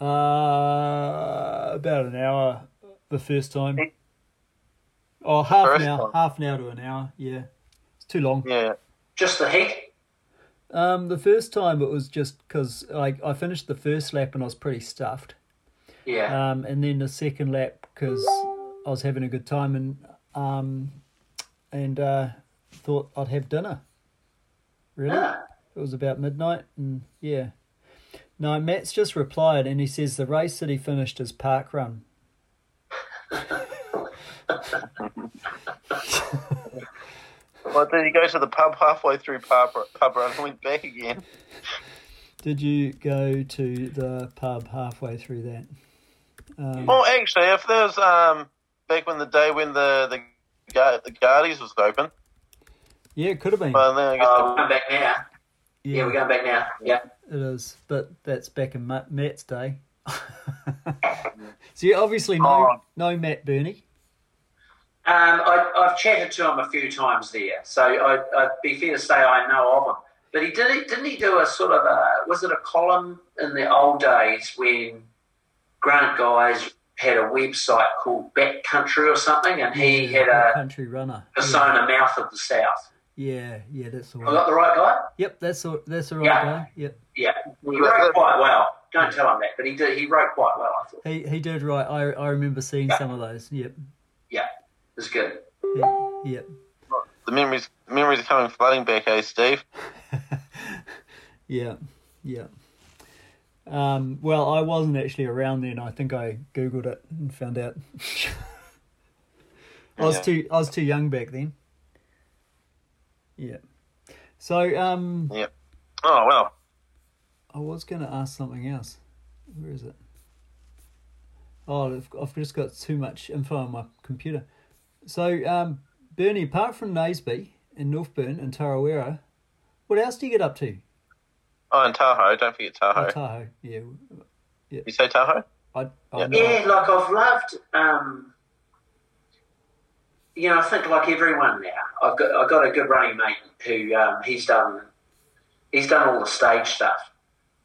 [SPEAKER 1] Uh, about an hour the first time. Oh, half
[SPEAKER 2] First
[SPEAKER 1] an hour,
[SPEAKER 2] time.
[SPEAKER 1] half an hour to an hour. Yeah, it's too long.
[SPEAKER 2] Yeah.
[SPEAKER 3] Just the heat.
[SPEAKER 1] Um, the first time it was just because I I finished the first lap and I was pretty stuffed.
[SPEAKER 3] Yeah.
[SPEAKER 1] Um, and then the second lap because I was having a good time and um, and uh, thought I'd have dinner. Really.
[SPEAKER 2] Ah.
[SPEAKER 3] Yeah.
[SPEAKER 1] It was about midnight, and yeah. No, Matt's just replied, and he says the race that he finished is Park Run.
[SPEAKER 2] Well, did you go to the pub halfway through pub, pub run and went back again?
[SPEAKER 1] Did you go to the pub halfway through that?
[SPEAKER 2] Well, actually, if there was um, back when the day when the the Gu- the Guardies was open,
[SPEAKER 1] Yeah, it could have been.
[SPEAKER 2] but then I guess
[SPEAKER 3] Oh, we're going back now. Yeah,
[SPEAKER 1] yeah,
[SPEAKER 3] we're going back now. Yeah.
[SPEAKER 1] it is. But that's back in Ma- Matt's day. so you obviously know
[SPEAKER 2] Oh.
[SPEAKER 1] no Matt Burney.
[SPEAKER 3] Um, I, I've chatted to him a few times there, so I, I'd be fair to say I know of him. But he did, he- didn't he do a sort of a was it a column in the old days when Grant guys had a website called Backcountry or something, and he had a
[SPEAKER 1] country runner. Yeah,
[SPEAKER 3] persona Mouth of the South.
[SPEAKER 1] yeah, yeah, that's all
[SPEAKER 3] Have I
[SPEAKER 1] right.
[SPEAKER 3] got the right guy?
[SPEAKER 1] Yep, that's all. That's all right,
[SPEAKER 3] Yeah.
[SPEAKER 1] guy. Yep.
[SPEAKER 3] Yeah, he wrote quite well. Don't tell him that, but he did. He wrote quite well. I thought.
[SPEAKER 1] He he did right. I I remember seeing
[SPEAKER 3] Yeah.
[SPEAKER 1] some of those. Yep.
[SPEAKER 3] Yeah, it was good.
[SPEAKER 1] Yeah, Yep.
[SPEAKER 2] the memories memories are coming flooding back, eh, Steve?
[SPEAKER 1] Yeah, yeah. Um, well, I wasn't actually around then. I think I googled it and found out. I was
[SPEAKER 2] Yeah.
[SPEAKER 1] too I was too young back then. Yeah. So um,
[SPEAKER 2] Yep. Oh well.
[SPEAKER 1] I was going to ask something else. Where is it? Oh, I've, I've just got too much info on my computer. So, um, Bernie, apart from Naseby and Northburn and Tarawera, what else do you get up to?
[SPEAKER 2] Oh, and Tahoe. Don't forget
[SPEAKER 1] Oh,
[SPEAKER 2] Tahoe.
[SPEAKER 1] Tahoe, yeah.
[SPEAKER 2] you say Tahoe?
[SPEAKER 1] I, I
[SPEAKER 3] Yeah, like I've loved. Um, you know, I think like everyone now, I've got I've got a good running mate who um, he's done. He's done all the stage stuff.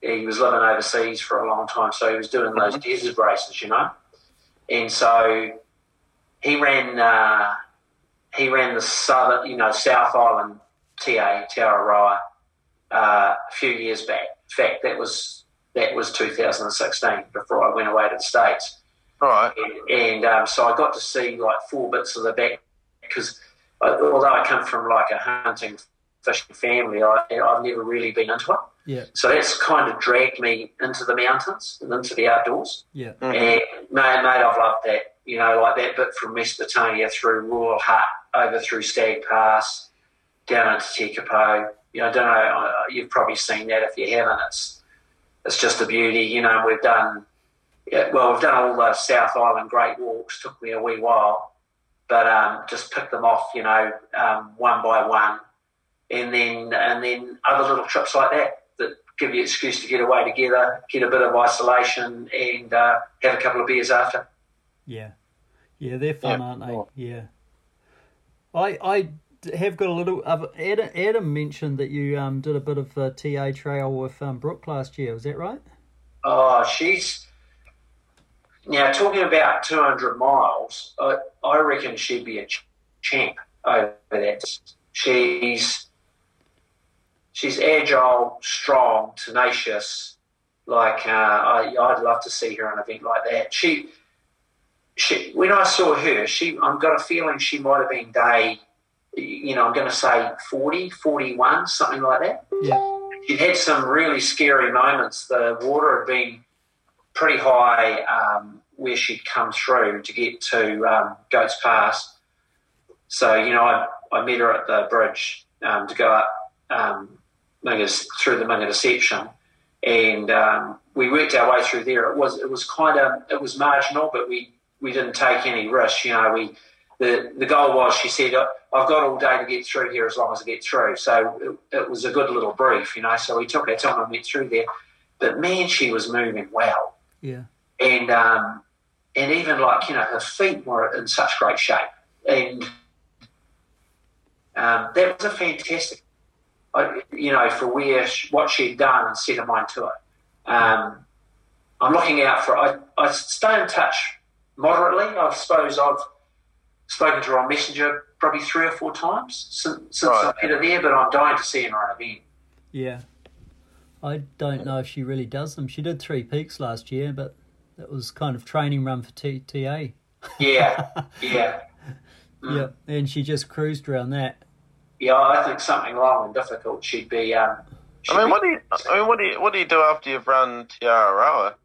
[SPEAKER 3] He was living overseas for a long time, so he was doing those desert races, you know. And so he ran. Uh, he ran the southern, you know, South Island TA Tauranga uh, a few years back. In fact, that was that was 2016 before I went away to the states
[SPEAKER 2] Right.
[SPEAKER 3] and um, so I got to see like four bits of the back because although I come from like a hunting fishing family, I, I've never really been into it.
[SPEAKER 1] yeah,
[SPEAKER 3] So that's kind of dragged me into the mountains and into the outdoors.
[SPEAKER 1] yeah,
[SPEAKER 3] And mate, mate, I've loved that. You know, like that bit from Mesopotamia through Royal Hut, over through Stag Pass, down into Tekapo. You know, I don't know. uh, You've probably seen that if you haven't. It's it's just a beauty. You know, we've done yeah, well. We've done all those South Island Great Walks. Took me a wee while, but um, just picked them off. You know, um, one by one, and then and then other little trips like that that give you an excuse to get away together, get a bit of isolation, and uh, have a couple of beers after.
[SPEAKER 1] yeah, yeah. They're fun,
[SPEAKER 2] Yeah,
[SPEAKER 1] aren't they?
[SPEAKER 2] cool.
[SPEAKER 1] Yeah. I I d- have got a little. I've, Adam, Adam mentioned that you um did a bit of a TA trail with um, Brooke last year. Was that right?
[SPEAKER 3] Oh, she's now talking about 200 miles. I, I reckon she'd be a ch- champ over that. She's she's agile, strong, tenacious. Like uh, I, I'd love to see her at an event like that. She she when I saw her, she I've got a feeling she might have been day. You know, I'm going to say 40, 41, something like that
[SPEAKER 1] Yeah,
[SPEAKER 3] you'd had some really scary moments. The water had been pretty high um, where she'd come through to get to um, Goats Pass. So, you know, I, I met her at the bridge um, to go up um, Mingus, through the Minga Deception. And um, we worked our way through there. It was it was kind of it was marginal, but we, we didn't take any risks. You know, we the the goal was she said "I- I've got all day to get through here as long as I get through. So it, it was a good little brief, you know. So we took our time and went through there. But man, she was moving well,
[SPEAKER 1] yeah,
[SPEAKER 3] and um, and even like you know her feet were in such great shape, and um, that was a fantastic, I, you know, for where sh- what she'd done and set her mind to it. Um, I'm looking out for. I I stay in touch moderately. I suppose I've spoken to her on Messenger probably three or four times since, since
[SPEAKER 2] Right.
[SPEAKER 3] I've been there, but I'm dying to see her on an event.
[SPEAKER 1] yeah. I don't know if she really does them. She did three peaks last year, but that was kind of training run for T- TA.
[SPEAKER 3] Yeah, yeah,
[SPEAKER 1] Yeah, and she just cruised around that.
[SPEAKER 3] yeah. I think something long and difficult. She'd be. Um, she'd
[SPEAKER 2] I mean,
[SPEAKER 3] be-
[SPEAKER 2] what do you? I mean, what do you? What do you do after you've run Tiara Roa?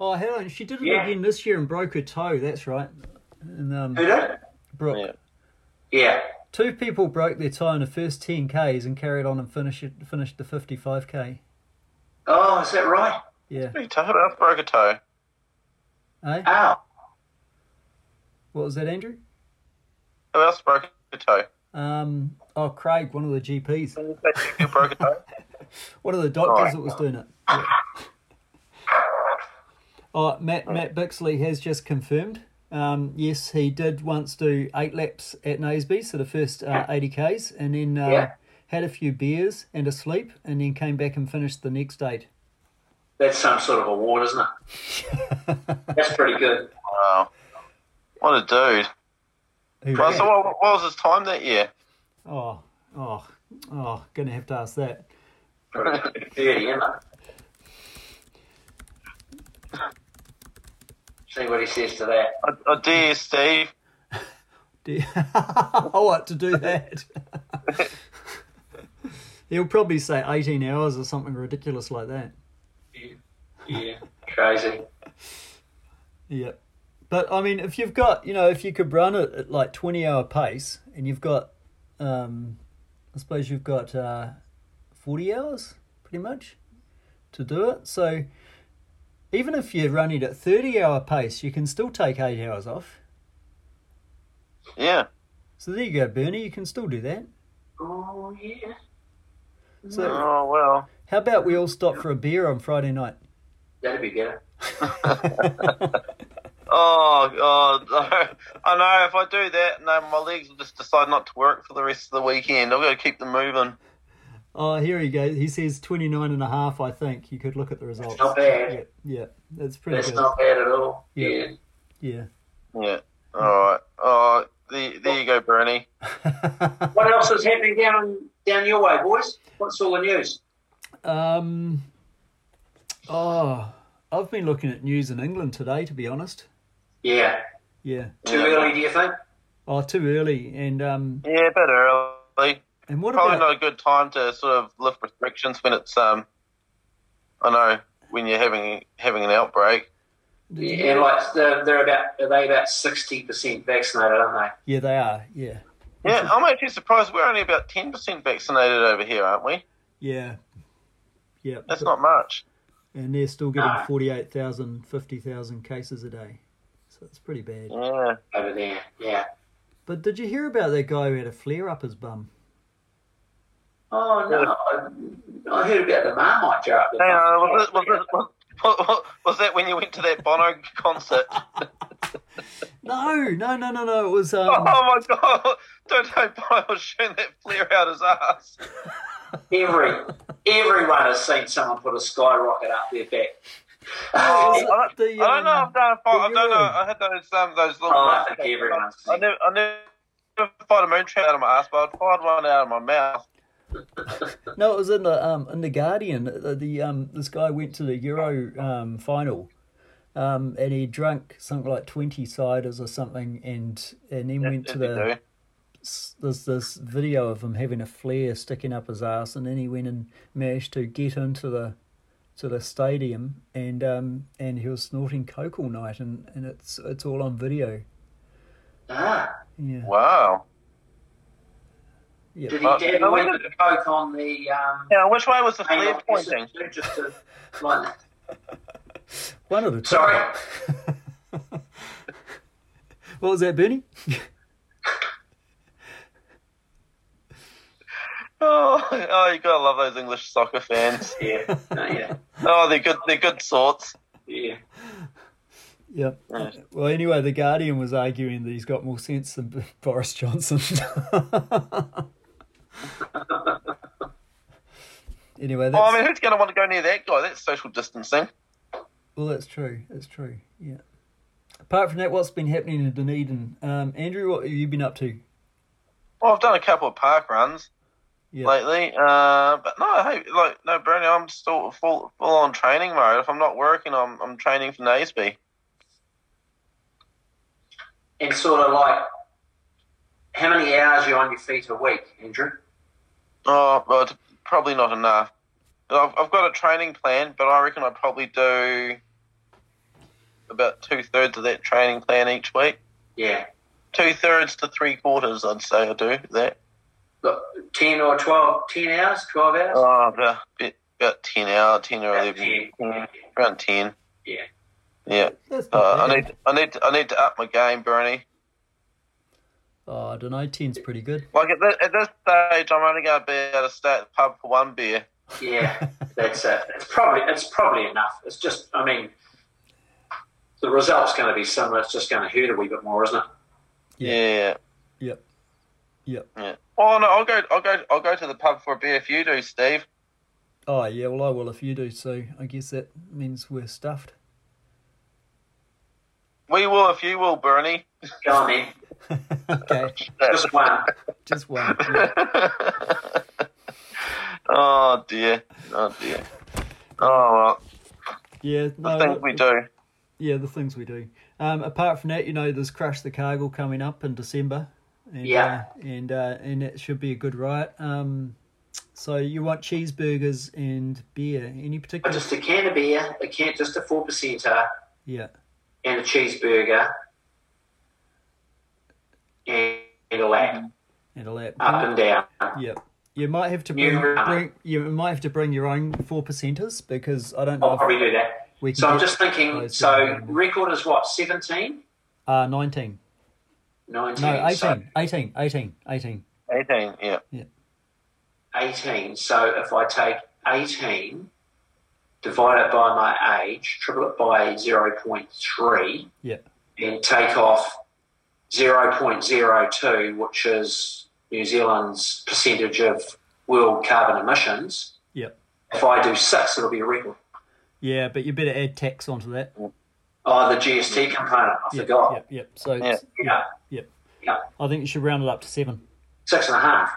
[SPEAKER 1] Oh, hell, and she did it
[SPEAKER 3] Yeah.
[SPEAKER 1] again this year and broke her toe. That's right. And um,
[SPEAKER 3] Who did?
[SPEAKER 1] Brooke.
[SPEAKER 2] Yeah.
[SPEAKER 3] Yeah.
[SPEAKER 1] Two people broke their toe in the first ten k's and carried on and finished it, finished the fifty-five k.
[SPEAKER 3] Oh, is that right?
[SPEAKER 1] Yeah.
[SPEAKER 2] Pretty tough. I broke a toe.
[SPEAKER 1] Hey,
[SPEAKER 3] Ow.
[SPEAKER 1] what was that, Andrew?
[SPEAKER 2] Who else broke a toe?
[SPEAKER 1] Um, oh, Craig, one of the GPs,
[SPEAKER 2] Who broke a toe?
[SPEAKER 1] one of the doctors
[SPEAKER 2] Right.
[SPEAKER 1] that was doing it. Yeah. Oh, Matt Matt Bixley has just confirmed. Um, yes, he did once do eight laps at Naseby, so the first uh, eighty k's, and then uh,
[SPEAKER 3] Yeah.
[SPEAKER 1] had a few beers and a sleep, and then came back and finished the next eight.
[SPEAKER 3] That's some sort of award, isn't it? That's pretty good.
[SPEAKER 2] Wow. What a dude.
[SPEAKER 1] Who
[SPEAKER 2] Well,
[SPEAKER 1] ran?
[SPEAKER 2] so what, what was his time that year?
[SPEAKER 1] Oh, oh, oh, gonna have to ask that.
[SPEAKER 3] Dirty, isn't it? See what he says to that.
[SPEAKER 2] I, I dare you, Steve.
[SPEAKER 1] Do you... I want to do that. He'll probably say 18 hours or something ridiculous like that.
[SPEAKER 3] Yeah. Crazy.
[SPEAKER 1] Yep. But I mean, if you've got, you know, if you could run it at like 20 hour pace and you've got, um, I suppose you've got uh, 40 hours pretty much to do it. So even if you're running at 30 hour pace, you can still take eight hours off.
[SPEAKER 2] Yeah.
[SPEAKER 1] So there you go, Bernie. You can still do that.
[SPEAKER 3] Oh, yeah.
[SPEAKER 1] So
[SPEAKER 2] Oh well.
[SPEAKER 1] how about we all stop for a beer on Friday night?
[SPEAKER 3] That'd be better.
[SPEAKER 2] Oh god, I know. If I do that, no, my legs will just decide not to work for the rest of the weekend. I've got to keep them moving.
[SPEAKER 1] Oh, here he goes. He says 29 and a half, I think. You could look at the results.
[SPEAKER 3] not bad.
[SPEAKER 1] Yeah, yeah that's pretty
[SPEAKER 3] That's
[SPEAKER 1] good.
[SPEAKER 3] not bad at all.
[SPEAKER 1] Yeah.
[SPEAKER 3] Yeah.
[SPEAKER 1] Yeah.
[SPEAKER 2] Yeah. All right. Oh, there, there you go, Bernie.
[SPEAKER 3] What else is happening down down your way, boys? What's all the news?
[SPEAKER 1] um, oh, I've been looking at news in England today, to be honest.
[SPEAKER 3] Yeah.
[SPEAKER 1] Yeah.
[SPEAKER 3] Too
[SPEAKER 2] Yeah.
[SPEAKER 3] early, do you think?
[SPEAKER 1] Oh, too early. And um,
[SPEAKER 2] Yeah, a bit early.
[SPEAKER 1] and what
[SPEAKER 2] Probably
[SPEAKER 1] about
[SPEAKER 2] not a good time to sort of lift restrictions when it's um. I know when you're having having an outbreak.
[SPEAKER 1] did you-
[SPEAKER 3] Yeah, and like they're, they're about are they about sixty percent vaccinated, aren't
[SPEAKER 1] yeah, they are. Yeah.
[SPEAKER 2] Yeah, I'm actually surprised we're only about ten percent vaccinated over here, aren't we?
[SPEAKER 1] Yeah. Yeah.
[SPEAKER 2] That's not much.
[SPEAKER 1] and they're still getting
[SPEAKER 3] No.
[SPEAKER 1] 48,000, 50,000 cases a day. So it's pretty bad.
[SPEAKER 2] Yeah.
[SPEAKER 3] they? Over there, yeah.
[SPEAKER 1] But did you hear about that guy who had a flare up his bum?
[SPEAKER 3] Oh no, I, I heard about the Marmite jar. Up the
[SPEAKER 2] Hang on, uh, was, it, was, it, was, was, was that when you went to that Bono concert?
[SPEAKER 1] No, no, no, no, no. It was um,
[SPEAKER 2] Oh my god! Don't hope Bono was shooting that flare out his ass.
[SPEAKER 3] Every everyone has seen someone put a skyrocket up their back.
[SPEAKER 1] was
[SPEAKER 2] I
[SPEAKER 1] it
[SPEAKER 2] don't-
[SPEAKER 1] the,
[SPEAKER 2] Oh, I don't know.
[SPEAKER 1] um,
[SPEAKER 2] I've done. I don't know.
[SPEAKER 1] Balloon.
[SPEAKER 2] I had those um those little.
[SPEAKER 3] Oh, I think everyone's
[SPEAKER 2] I
[SPEAKER 3] seen
[SPEAKER 2] never, I never fired a moon trap out of my ass, but I'd fired one out of my mouth.
[SPEAKER 1] No, it was in the um in the Guardian. The, the um this guy went to the Euro um final, um and he drank something like twenty ciders or something, and and then went to
[SPEAKER 2] As you
[SPEAKER 1] the
[SPEAKER 2] do.
[SPEAKER 1] s- there's this video of him having a flare sticking up his ass, and then he went and managed to get into the to the stadium, and um and he was snorting coke all night, and and it's it's all on video.
[SPEAKER 3] Ah,
[SPEAKER 1] Yeah,
[SPEAKER 2] Wow.
[SPEAKER 1] yeah.
[SPEAKER 3] did
[SPEAKER 2] Oh,
[SPEAKER 3] he dab
[SPEAKER 2] no, we
[SPEAKER 3] went
[SPEAKER 2] didn't.
[SPEAKER 3] coke on the um?
[SPEAKER 2] Now, which way was the
[SPEAKER 3] hang
[SPEAKER 2] flare
[SPEAKER 3] on,
[SPEAKER 2] pointing?
[SPEAKER 3] Just to, like,
[SPEAKER 1] One of the two.
[SPEAKER 3] sorry,
[SPEAKER 1] What was that, Bernie?
[SPEAKER 2] Oh, oh, you gotta love those English soccer fans.
[SPEAKER 3] yeah, no, yeah,
[SPEAKER 2] Oh, they're good. They're good sorts.
[SPEAKER 3] yeah.
[SPEAKER 1] Yeah.
[SPEAKER 2] Right.
[SPEAKER 1] Well, anyway, the Guardian was arguing that he's got more sense than B- Boris Johnson. anyway, that's,
[SPEAKER 2] Oh, I mean, who's gonna want to go near that guy? That's social distancing.
[SPEAKER 1] well, that's true. That's true. Yeah. Apart from that, what's been happening in Dunedin? Um, Andrew, what have you been up to?
[SPEAKER 2] Well, I've done a couple of park runs
[SPEAKER 1] Yeah.
[SPEAKER 2] lately, uh, but no, hey, like no, Bernie, I'm still full full on training mode. If I'm not working, I'm I'm training for Naseby.
[SPEAKER 3] And sort of like, how many hours are you on your feet a week, Andrew?
[SPEAKER 2] Oh, well, it's probably not enough. I've, I've got a training plan, but I reckon I probably do about two thirds of that training plan each week.
[SPEAKER 3] Yeah,
[SPEAKER 2] Two thirds to three quarters, I'd say I do that.
[SPEAKER 3] look, ten or 12, 10 hours, twelve hours.
[SPEAKER 2] Oh, about, bit- about 10 hour, 10 or 11.
[SPEAKER 3] About 10,
[SPEAKER 2] yeah, Around 10.
[SPEAKER 3] Yeah.
[SPEAKER 2] Yeah.
[SPEAKER 1] That's not
[SPEAKER 2] Uh, I
[SPEAKER 1] bad.
[SPEAKER 2] need I need to, I need to up my game, Bernie.
[SPEAKER 1] Oh, I don't know. Ten's pretty good.
[SPEAKER 2] Like at this, at this stage, I'm only going to be able to stay at the pub for one beer.
[SPEAKER 3] Yeah, that's it. It's probably it's probably enough. It's just, I mean, the result's going to be similar. It's just going to hurt a wee bit more, isn't it?
[SPEAKER 1] Yeah.
[SPEAKER 2] yeah.
[SPEAKER 1] Yep. Yep.
[SPEAKER 2] Yeah. Oh no, I'll go. I'll go. I'll go to the pub for a beer if you do, Steve.
[SPEAKER 1] Oh, yeah. Well, I will if you do. So I guess that means we're stuffed.
[SPEAKER 2] We will if you will, Bernie.
[SPEAKER 3] Go on then,
[SPEAKER 1] okay.
[SPEAKER 3] just one. Uh,
[SPEAKER 1] Just one. Yeah.
[SPEAKER 2] oh dear. Oh dear. Oh
[SPEAKER 1] Yeah,
[SPEAKER 2] well,
[SPEAKER 1] no,
[SPEAKER 2] I think
[SPEAKER 1] look,
[SPEAKER 2] we do.
[SPEAKER 1] Yeah, the things we do. Um, apart from that, you know, there's Crush the Cargill coming up in December. And,
[SPEAKER 3] Yeah.
[SPEAKER 1] Uh, and uh, and it should be a good riot. Um, so you want cheeseburgers and beer? Any
[SPEAKER 3] But
[SPEAKER 1] particular?
[SPEAKER 3] Just a can of beer, a can, just a four percenter,
[SPEAKER 1] Yeah.
[SPEAKER 3] and a cheeseburger, and, and a lap
[SPEAKER 1] And a lap.
[SPEAKER 3] up and down.
[SPEAKER 1] Yep. You might have to bring,
[SPEAKER 3] Uh, New riot.
[SPEAKER 1] bring you might have to bring your own four percenters because I don't know.
[SPEAKER 3] I'll probably
[SPEAKER 1] if
[SPEAKER 3] do that.
[SPEAKER 1] we can
[SPEAKER 3] Oh, So I'm
[SPEAKER 1] get-
[SPEAKER 3] just thinking.
[SPEAKER 1] those
[SPEAKER 3] So
[SPEAKER 1] available.
[SPEAKER 3] record is what 17,
[SPEAKER 1] uh, nineteen.
[SPEAKER 3] 19,
[SPEAKER 1] No, 18,
[SPEAKER 3] so
[SPEAKER 1] 18, 18, 18.
[SPEAKER 2] Eighteen. Yeah.
[SPEAKER 3] 18. So if I take 18 divide it by my age, triple it by 0.3,
[SPEAKER 1] Yeah.
[SPEAKER 3] and take off 0.02, which is New Zealand's percentage of world carbon emissions.
[SPEAKER 1] Yep.
[SPEAKER 3] If I do six, it'll be a record.
[SPEAKER 1] Yeah, but you better add tax onto that.
[SPEAKER 3] Oh, the GST component, I
[SPEAKER 1] Yep,
[SPEAKER 3] forgot.
[SPEAKER 1] yep, yep. So
[SPEAKER 2] Yeah.
[SPEAKER 3] Yeah,
[SPEAKER 1] yep.
[SPEAKER 3] yeah,
[SPEAKER 1] I think you should round it up to seven.
[SPEAKER 3] six and a half.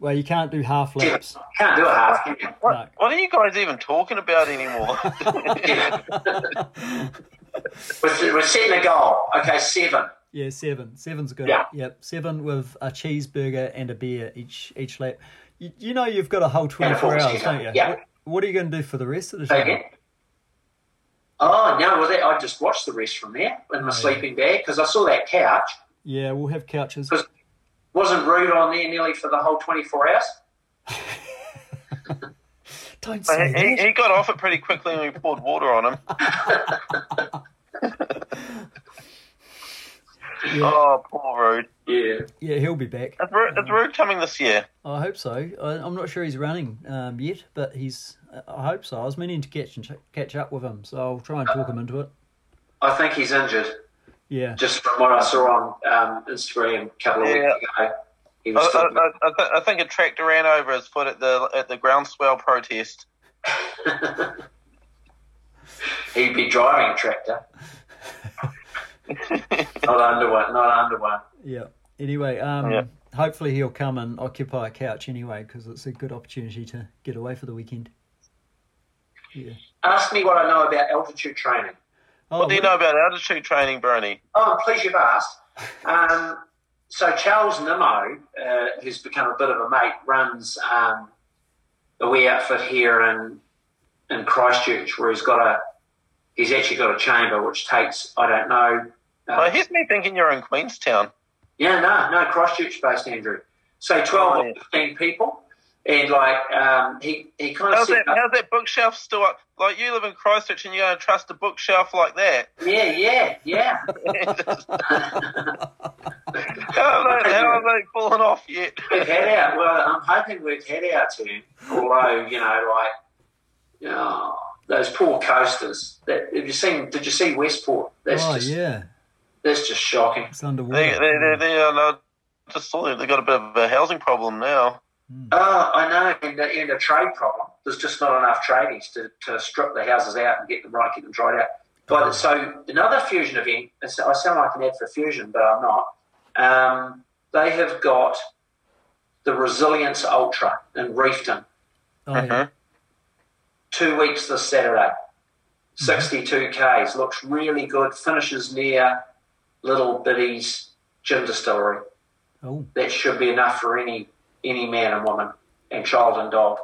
[SPEAKER 1] Well, you can't do half
[SPEAKER 3] Yeah,
[SPEAKER 1] laps.
[SPEAKER 3] can't do a half, can you?
[SPEAKER 2] What,
[SPEAKER 1] No.
[SPEAKER 2] what are you guys even talking about anymore?
[SPEAKER 3] We're, we're setting a goal. Okay, seven.
[SPEAKER 1] Yeah, seven. Seven's good.
[SPEAKER 3] Yeah.
[SPEAKER 1] Yep, seven with a cheeseburger and a beer each each lap. You, you know you've got a whole
[SPEAKER 3] And
[SPEAKER 1] twenty
[SPEAKER 3] a
[SPEAKER 1] four
[SPEAKER 3] full
[SPEAKER 1] hours,
[SPEAKER 3] season.
[SPEAKER 1] don't you?
[SPEAKER 3] Yeah.
[SPEAKER 1] What, what are you going to do for the rest of the
[SPEAKER 3] Take
[SPEAKER 1] show?
[SPEAKER 3] it. Oh, no, well, that, I just watched the rest from there in my sleeping bag because I saw that couch.
[SPEAKER 1] Yeah, we'll have couches.
[SPEAKER 3] Because- Wasn't rude on there nearly for the whole 24 hours.
[SPEAKER 1] Don't
[SPEAKER 2] he,
[SPEAKER 1] say
[SPEAKER 2] he-
[SPEAKER 1] that.
[SPEAKER 2] he got off it pretty quickly when we poured water on him.
[SPEAKER 1] Yeah,
[SPEAKER 2] Oh, poor Rude.
[SPEAKER 3] Yeah.
[SPEAKER 1] yeah, he'll be back.
[SPEAKER 2] Is Rude, is Rude coming this year?
[SPEAKER 1] I hope so. I, I'm not sure he's running um, yet, but he's. I- I hope so. I was meaning to catch and catch up with him, so I'll try and talk him into it.
[SPEAKER 3] I think he's injured,
[SPEAKER 1] Yeah,
[SPEAKER 3] just from what I saw on um, Instagram a couple of
[SPEAKER 2] Yeah. Uh,
[SPEAKER 3] weeks ago. He
[SPEAKER 2] I,
[SPEAKER 3] was talking-
[SPEAKER 2] I, I, I, th- I think a tractor ran over his foot at the at the groundswell protest.
[SPEAKER 3] he'd be driving a tractor. not under one, not under one.
[SPEAKER 1] yeah. Anyway, um,
[SPEAKER 2] Yeah.
[SPEAKER 1] hopefully he'll come and occupy a couch anyway, because it's a good opportunity to get away for the weekend. Yeah.
[SPEAKER 3] Ask me what I know about altitude training.
[SPEAKER 1] Oh,
[SPEAKER 2] What do you know about altitude training, Bernie?
[SPEAKER 3] Oh, I'm pleased you've asked. Um, so Charles Nimmo, uh, who's become a bit of a mate, runs um, a wee outfit here in in Christchurch, where he's got a he's actually got a chamber which takes I don't know.
[SPEAKER 2] Oh,
[SPEAKER 3] Uh,
[SPEAKER 2] here's me thinking you're in Queenstown.
[SPEAKER 3] yeah, no, no Christchurch based Andrew. So twelve
[SPEAKER 2] Oh, yeah.
[SPEAKER 3] or fifteen people, and like um, he he kind of
[SPEAKER 2] How's
[SPEAKER 3] set
[SPEAKER 2] that?
[SPEAKER 3] up,
[SPEAKER 2] How's that bookshelf still up? Like you live in Christchurch and you're going to trust a bookshelf like that?
[SPEAKER 3] yeah, yeah, yeah.
[SPEAKER 2] How have they, how have they fallen off yet?
[SPEAKER 3] We've had our well, I'm hoping we've had our turn. Although you know, like oh, those poor coasters. That have you seen? Did you see Westport? That's
[SPEAKER 1] Oh
[SPEAKER 3] just
[SPEAKER 1] yeah,
[SPEAKER 3] that's just shocking.
[SPEAKER 1] it's underwater.
[SPEAKER 2] They, they, they, they, uh, no, just saw them. They got a bit of a housing problem now.
[SPEAKER 3] Oh, I know, and a, and a trade problem. There's just not enough tradies to, to strip the houses out and get them right, get them dried out.
[SPEAKER 1] Oh.
[SPEAKER 3] But so another fusion event. and so- I sound like an ad for fusion, but I'm not. Um, they have got the Resilience Ultra in Reefton.
[SPEAKER 1] oh, yeah.
[SPEAKER 3] two weeks this Saturday. 62 Ks, looks really good, finishes near Little Biddy's gin distillery.
[SPEAKER 1] oh,
[SPEAKER 3] That should be enough for any any man and woman and child and dog.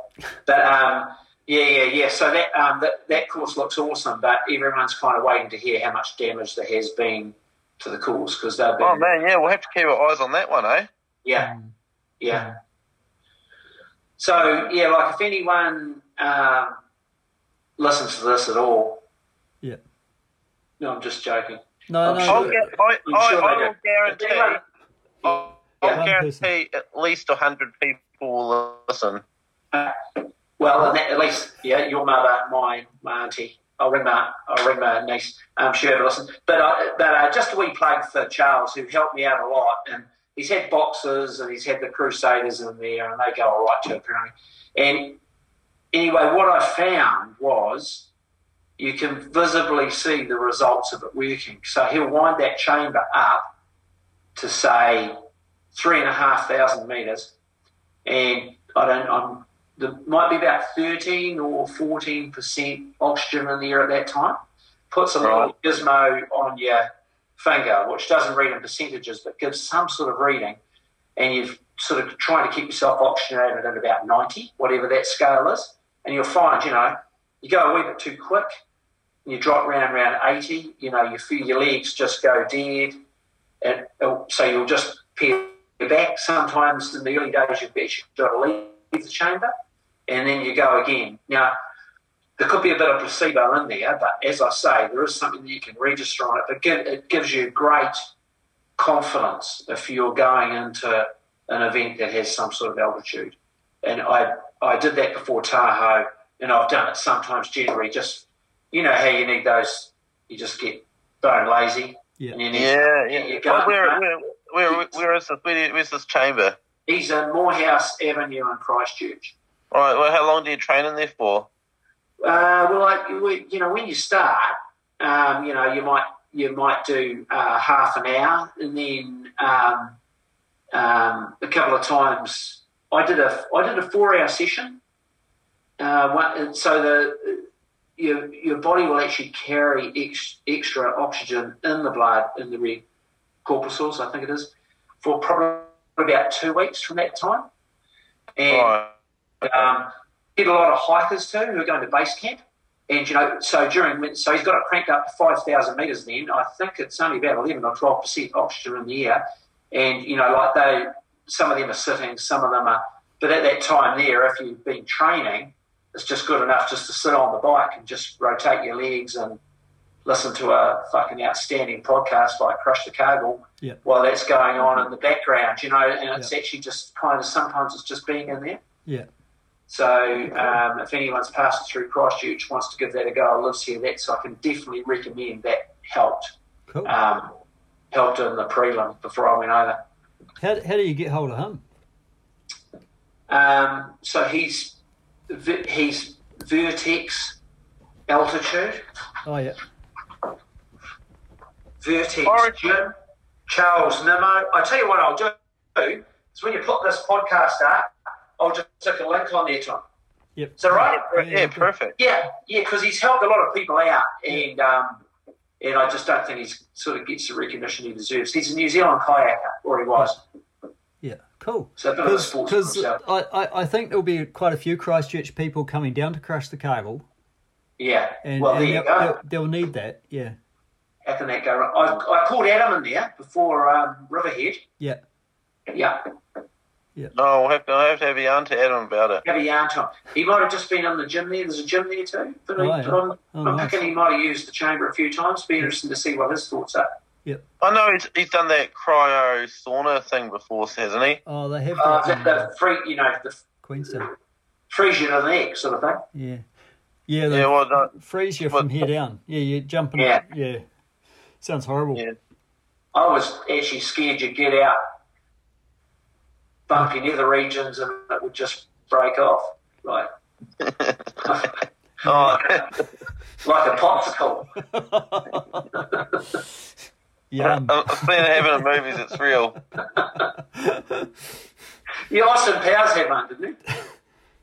[SPEAKER 3] But um, yeah, yeah, yeah. So that, um, that that course looks awesome, but everyone's kind of waiting to hear how much damage there has been to the course because they've been
[SPEAKER 2] Oh man, yeah, we'll have to keep our eyes on that one, eh?
[SPEAKER 3] yeah,
[SPEAKER 1] Mm.
[SPEAKER 3] yeah. So yeah, like if anyone um, listens to this at all,
[SPEAKER 1] yeah.
[SPEAKER 3] no, I'm just joking.
[SPEAKER 1] No,
[SPEAKER 3] I'm
[SPEAKER 1] no.
[SPEAKER 2] I'll
[SPEAKER 3] sure.
[SPEAKER 2] gu- I,
[SPEAKER 3] I'm
[SPEAKER 2] I,
[SPEAKER 3] sure
[SPEAKER 2] I
[SPEAKER 3] they
[SPEAKER 2] will
[SPEAKER 3] do.
[SPEAKER 2] guarantee. I'll
[SPEAKER 1] One
[SPEAKER 2] I'll
[SPEAKER 1] person.
[SPEAKER 2] guarantee at least hundred people will listen.
[SPEAKER 3] Well, and that, at least yeah, your mother, mine, my auntie. I'll ring my I'll ring my niece. Um, she ever listen. But uh, but uh, just a wee plug for Charles, who helped me out a lot, and he's had boxers and he's had the Crusaders in there, and they go all right too apparently. And anyway, what I found was you can visibly see the results of it working. So he'll wind that chamber up to say three and a half thousand meters, and I don't I'm there might be about 13 or 14% oxygen in the air at that time. Puts a little gizmo on your finger, which doesn't read in percentages, but gives some sort of reading. And you're sort of trying to keep yourself oxygenated at about 90, whatever that scale is. And you'll find, you know, you go a wee bit too quick, and you drop round around 80, you know, you feel your legs just go dead. And it'll- so you'll just peer back. Sometimes in the early days, you've actually got to leave the chamber and then you go again. Now, there could be a bit of placebo in there, but as I say, there is something that you can register on it, but give, it gives you great confidence if you're going into an event that has some sort of altitude. And I, I did that before Tahoe, and I've done it sometimes generally just you know how you need those you just get bone lazy
[SPEAKER 1] Yeah.
[SPEAKER 3] and you need
[SPEAKER 2] Yeah,
[SPEAKER 3] yeah, you
[SPEAKER 2] yeah.
[SPEAKER 3] go.
[SPEAKER 2] Well, where, where, where, where is this? Where, where's this chamber?
[SPEAKER 3] he's in Morehouse Avenue in Christchurch.
[SPEAKER 2] All right. Well, how long do you train in there for?
[SPEAKER 3] Uh, well, like, we- you know, when you start, um, you know, you might you might do uh, half an hour, and then um, um, a couple of times. I did a I did a four hour session. Uh, one, and so the your your body will actually carry ex, extra oxygen in the blood in the red corpuscles, I think it is, for probably about two weeks from that time. And
[SPEAKER 2] All right.
[SPEAKER 3] um, get a lot of hikers too who are going to base camp. And you know, so during win- so he's got it cranked up to five thousand meters. Then I think it's only about eleven or twelve percent oxygen in the air. And you know, like they, some of them are sitting, some of them are. But at that time there, if you've been training, it's just good enough just to sit on the bike and just rotate your legs and listen to a fucking outstanding podcast like Crush the Cargill
[SPEAKER 1] Yeah.
[SPEAKER 3] while that's going on in the background. You know, and it's actually just kind of sometimes it's just being in there.
[SPEAKER 1] Yeah.
[SPEAKER 3] So um, if anyone's passing through Christchurch wants to give that a go, I lives here. That's I can definitely recommend that helped
[SPEAKER 1] Cool.
[SPEAKER 3] um, helped in the prelim before I went over.
[SPEAKER 1] How, how do you get hold of him?
[SPEAKER 3] Um, so he's vi- he's vertex altitude
[SPEAKER 1] Oh, yeah.
[SPEAKER 3] vertex.
[SPEAKER 2] Origin.
[SPEAKER 3] Jim, Charles Nimmo. I tell you what I'll do is when you put this podcast up, I'll just stick a link on there to him.
[SPEAKER 1] Yep.
[SPEAKER 3] Is that right?
[SPEAKER 2] Yeah,
[SPEAKER 1] cool.
[SPEAKER 2] perfect.
[SPEAKER 3] Yeah, yeah, because he's helped a lot of people out, and um, and I just don't think he's sort of gets the recognition he deserves. He's a New Zealand kayaker, or he was.
[SPEAKER 1] Yeah, cool.
[SPEAKER 3] So uh, a bit of a sportsman
[SPEAKER 1] Because I,
[SPEAKER 3] himself.
[SPEAKER 1] I, I think there'll be quite a few Christchurch people coming down to crush the Cargill,
[SPEAKER 3] Yeah.
[SPEAKER 1] and,
[SPEAKER 3] well, there
[SPEAKER 1] and
[SPEAKER 3] you
[SPEAKER 1] they'll,
[SPEAKER 3] go.
[SPEAKER 1] they'll, they'll need that. Yeah,
[SPEAKER 3] How can that go wrong? I, I called Adam in there before um, Riverhead.
[SPEAKER 1] yeah,
[SPEAKER 3] Yeah,
[SPEAKER 2] No, we'll have to, I have to have a yarn to Adam about it.
[SPEAKER 3] have a yarn time. He might have just been in the gym there. There's a gym there too. But,
[SPEAKER 1] Oh,
[SPEAKER 3] I,
[SPEAKER 1] yeah.
[SPEAKER 3] but I'm,
[SPEAKER 1] Oh,
[SPEAKER 3] I'm
[SPEAKER 1] nice.
[SPEAKER 3] thinking he might have used the chamber a few times. Be interesting to see what his thoughts are.
[SPEAKER 2] I know he's, he's done that cryo sauna thing before, hasn't he?
[SPEAKER 1] Oh, they have
[SPEAKER 3] Uh,
[SPEAKER 1] that in
[SPEAKER 3] the, the free, you know, the
[SPEAKER 1] Queenstown.
[SPEAKER 3] freezing of the neck sort of thing.
[SPEAKER 1] Yeah, yeah, they
[SPEAKER 2] Yeah, well, no,
[SPEAKER 1] freeze you from
[SPEAKER 2] but-
[SPEAKER 1] here down. Yeah, you're jumping.
[SPEAKER 3] Yeah.
[SPEAKER 1] Yeah, yeah. sounds horrible.
[SPEAKER 2] Yeah.
[SPEAKER 3] I was actually scared you'd get out bumping other regions and it would just break off like
[SPEAKER 2] oh,
[SPEAKER 3] like a popsicle.
[SPEAKER 1] Yum.
[SPEAKER 2] I've seen it happen in movies. It's real.
[SPEAKER 3] Yeah, Austin Powers had one, didn't he?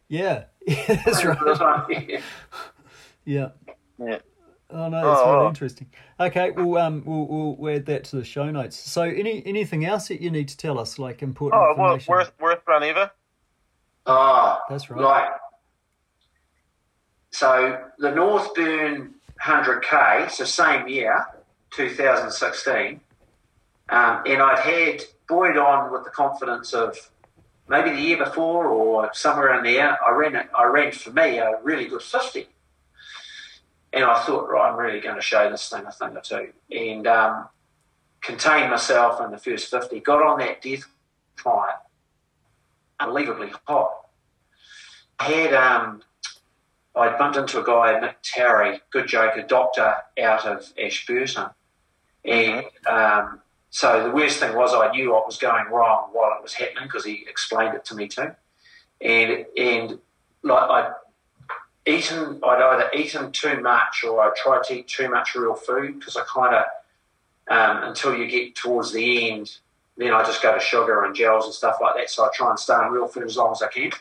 [SPEAKER 1] yeah, yeah, that's right.
[SPEAKER 3] right.
[SPEAKER 1] Yeah.
[SPEAKER 2] Yeah.
[SPEAKER 1] Oh no, that's
[SPEAKER 2] Oh,
[SPEAKER 1] really
[SPEAKER 2] oh.
[SPEAKER 1] interesting. Okay, well, um, we'll we'll we'll add that to the show notes. So, any anything else that you need to tell us, like important
[SPEAKER 2] Oh, well,
[SPEAKER 1] information?
[SPEAKER 2] worth worth run ever.
[SPEAKER 3] Oh,
[SPEAKER 1] That's right.
[SPEAKER 3] Right. So the Northburn 100K, so same year, 2016, um, and I'd had Boyd on with the confidence of maybe the year before or somewhere in there. I ran, a- I ran for me a really good 50. And I thought, right, I'm really going to show this thing a thing or two. And um, contained myself in the first 50. Got on that death climb, unbelievably hot. I had um, I bumped into a guy, Mick Terry, good joke, a doctor out of Ashburton, and um, so the worst thing was I knew what was going wrong while it was happening because he explained it to me too, and and like I. Eaten, I'd either eaten too much or I tried to eat too much real food because I kind of, um, until you get towards the end, then I just go to sugar and gels and stuff like that. So I try and stay on real food as long as I can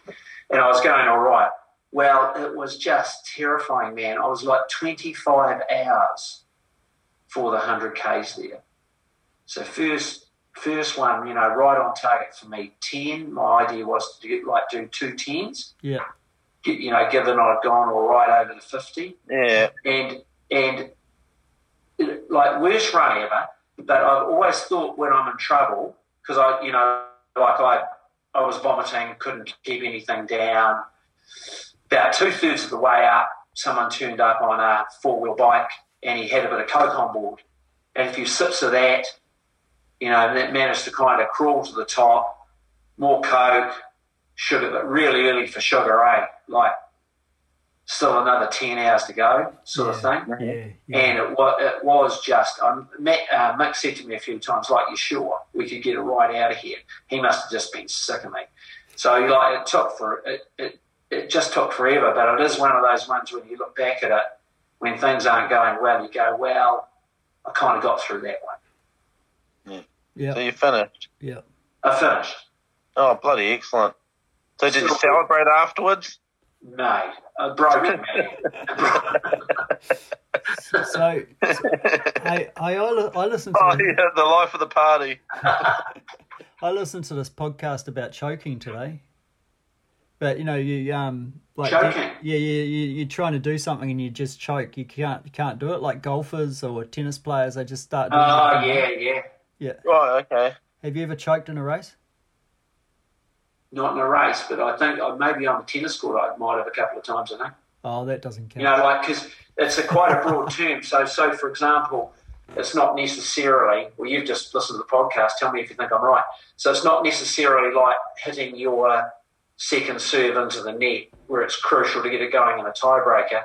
[SPEAKER 3] and I was going all right. Well, it was just terrifying, man. I was like 25 hours for the 100 k's there. So first, first one, you know, right on target for me. 10. My idea was to do, like do two tens.
[SPEAKER 1] Yeah.
[SPEAKER 3] Get- You know, given I'd gone all right over the 50
[SPEAKER 2] Yeah.
[SPEAKER 3] and and like worst run ever. But I've always thought when I'm in trouble because I, you know, like I, I was vomiting, couldn't keep anything down. About two thirds of the way up, someone turned up on a four wheel bike and he had a bit of coke on board, and a few sips of that, you know, and that managed to kind of crawl to the top. More coke, sugar, but really early for sugar, eh? Like still another 10 hours to go, sort of thing.
[SPEAKER 1] Yeah.
[SPEAKER 3] And it, wa- it was just, um, Mick, uh, Mick said to me a few times, like, you sure we could get it right out of here? He must have just been sick of me. So, like, it took for, it, it, it just took forever, but it is one of those ones when you look back at it, when things aren't going well, you go, well, I kind of got through that one.
[SPEAKER 2] So
[SPEAKER 1] Yeah.
[SPEAKER 2] you finished.
[SPEAKER 1] Yeah.
[SPEAKER 3] I finished.
[SPEAKER 2] Oh, bloody excellent. So did you celebrate afterwards?
[SPEAKER 3] No, a broken man. A bro-
[SPEAKER 1] So, so I, I, I li- I listen to
[SPEAKER 2] Oh, yeah, the life of the party.
[SPEAKER 1] I listened to this podcast about choking today. But you know, you um like
[SPEAKER 3] Choking?
[SPEAKER 1] yeah, yeah, you, you're trying to do something and you just choke. You can't you can't do it like golfers or tennis players. They just start. Doing
[SPEAKER 3] oh,
[SPEAKER 1] it.
[SPEAKER 3] yeah, yeah.
[SPEAKER 2] Right, okay.
[SPEAKER 1] Have you ever choked in a race?
[SPEAKER 3] Not in a race, but I think I, maybe on a tennis court I might have a couple of times, I know.
[SPEAKER 1] Oh, that doesn't count.
[SPEAKER 3] You know, like because it's a quite a broad term. So, so for example, it's not necessarily. Well, you've just listened to the podcast. Tell me if you think I'm right. So, it's not necessarily like hitting your second serve into the net, where it's crucial to get it going in a tiebreaker.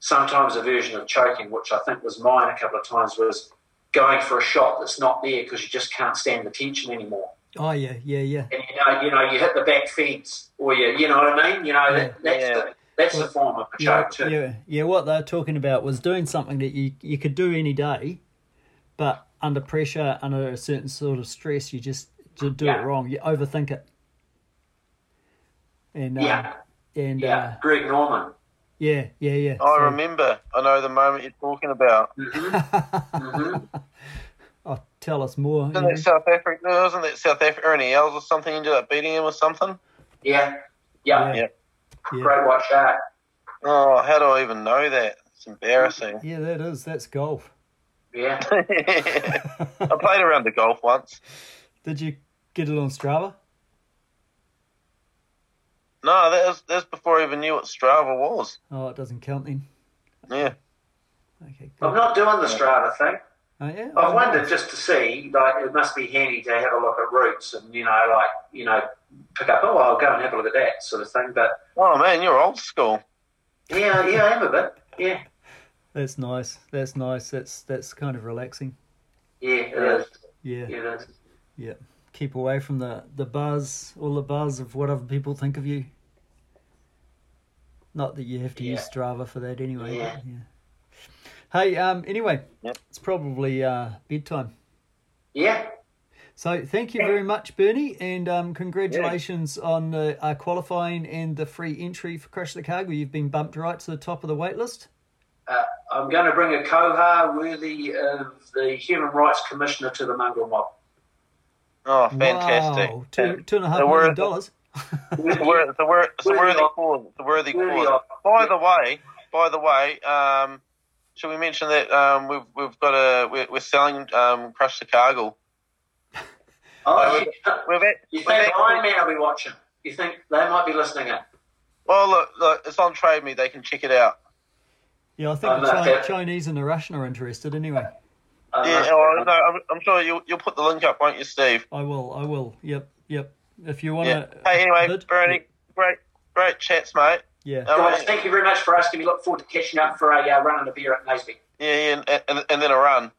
[SPEAKER 3] Sometimes a version of choking, which I think was mine a couple of times, was going for a shot that's not there because you just can't stand the tension anymore
[SPEAKER 1] Oh yeah, yeah, yeah.
[SPEAKER 3] and you know, you know, you hit the back fence, or you, you know what I mean. You know, that, that's
[SPEAKER 2] Yeah.
[SPEAKER 3] the that's the form of a
[SPEAKER 1] Yeah,
[SPEAKER 3] choke too.
[SPEAKER 1] yeah, yeah. What they're talking about was doing something that you you could do any day, but under pressure, under a certain sort of stress, you just to do
[SPEAKER 3] Yeah.
[SPEAKER 1] it wrong. You overthink it. And um,
[SPEAKER 3] Yeah.
[SPEAKER 1] and
[SPEAKER 3] Yeah,
[SPEAKER 1] Uh,
[SPEAKER 3] Greg Norman.
[SPEAKER 1] yeah, yeah, yeah.
[SPEAKER 2] Oh, I
[SPEAKER 1] So-
[SPEAKER 2] remember. I know the moment you're talking about.
[SPEAKER 1] Mm-hmm. Oh, tell us more.
[SPEAKER 2] Isn't that
[SPEAKER 1] Andrew.
[SPEAKER 2] South Africa? No, wasn't that South Africa? Ernie Els or something ended up beating him or something?
[SPEAKER 3] Yeah,
[SPEAKER 1] Yeah.
[SPEAKER 3] yeah,
[SPEAKER 1] Yeah.
[SPEAKER 3] great white shark.
[SPEAKER 2] Oh, how do I even know that? It's embarrassing.
[SPEAKER 1] yeah, that is. That's golf.
[SPEAKER 3] Yeah,
[SPEAKER 2] I played around the golf once.
[SPEAKER 1] Did you get it on Strava?
[SPEAKER 2] No, that was, that was before I even knew what Strava was.
[SPEAKER 1] Oh, it doesn't count then.
[SPEAKER 2] Yeah.
[SPEAKER 1] Okay, cool.
[SPEAKER 3] I'm not doing the Strava thing.
[SPEAKER 1] Oh, yeah.
[SPEAKER 3] I wondered just to see, like, it must be handy to have a look at routes and you know, like, you know, pick up. Oh, I'll go and have a look at that sort of thing. But
[SPEAKER 2] Oh, man, you're old school.
[SPEAKER 3] yeah, yeah, I am a bit. Yeah,
[SPEAKER 1] That's nice. That's nice. That's that's kind of relaxing.
[SPEAKER 3] yeah, it is.
[SPEAKER 1] Yeah.
[SPEAKER 3] Yeah, it is.
[SPEAKER 1] Keep away from the the buzz, all the buzz of what other people think of you. Not that you have to
[SPEAKER 3] Yeah.
[SPEAKER 1] use Strava for that anyway.
[SPEAKER 3] Yeah.
[SPEAKER 1] but Hey, um. Anyway,
[SPEAKER 2] Yep.
[SPEAKER 1] it's probably uh bedtime.
[SPEAKER 3] yeah.
[SPEAKER 1] So thank you very much, Bernie, and um, congratulations on uh, uh, qualifying and the free entry for Crush the Cargo. You've been bumped right to the top of the wait list.
[SPEAKER 3] Uh, I'm going to bring a kohar worthy of the Human Rights Commissioner to the Mungal mob.
[SPEAKER 2] Oh, fantastic.
[SPEAKER 1] Wow, two, two and a half
[SPEAKER 2] So we're
[SPEAKER 1] million
[SPEAKER 2] at the-
[SPEAKER 1] dollars.
[SPEAKER 2] It's a wor- it's a wor- it's a
[SPEAKER 3] Worthy
[SPEAKER 2] worthy
[SPEAKER 3] of-
[SPEAKER 2] cause. It's a worthy
[SPEAKER 3] worthy
[SPEAKER 2] cause.
[SPEAKER 3] of.
[SPEAKER 2] By the way, by the way, um, should we mention that um, we've we've got a we're, we're selling um, Crush the Cargo.
[SPEAKER 3] Oh, you,
[SPEAKER 2] We've, at,
[SPEAKER 3] you
[SPEAKER 2] we've
[SPEAKER 3] think
[SPEAKER 2] actually-
[SPEAKER 3] Iron Man will be watching? You think they might be listening in?
[SPEAKER 2] well, look, look, it's on Trade Me. They can check it out.
[SPEAKER 1] Yeah, I think
[SPEAKER 3] I'm
[SPEAKER 1] the
[SPEAKER 3] not
[SPEAKER 1] Chi-
[SPEAKER 3] happy.
[SPEAKER 1] Chinese and the Russian are interested anyway.
[SPEAKER 3] Uh,
[SPEAKER 2] Yeah, oh, no, I'm, I'm sure you'll you'll put the link up, won't you, Steve?
[SPEAKER 1] I will, I will. Yep, yep. If you want
[SPEAKER 2] Yeah.
[SPEAKER 1] to.
[SPEAKER 2] Hey, anyway, Bernie, great great chats, mate.
[SPEAKER 1] Yeah.
[SPEAKER 2] Um,
[SPEAKER 3] Guys, thank you very much for asking. We look forward to catching up for a uh, run and a beer at Naseby.
[SPEAKER 2] yeah, yeah, and, and, and then a run.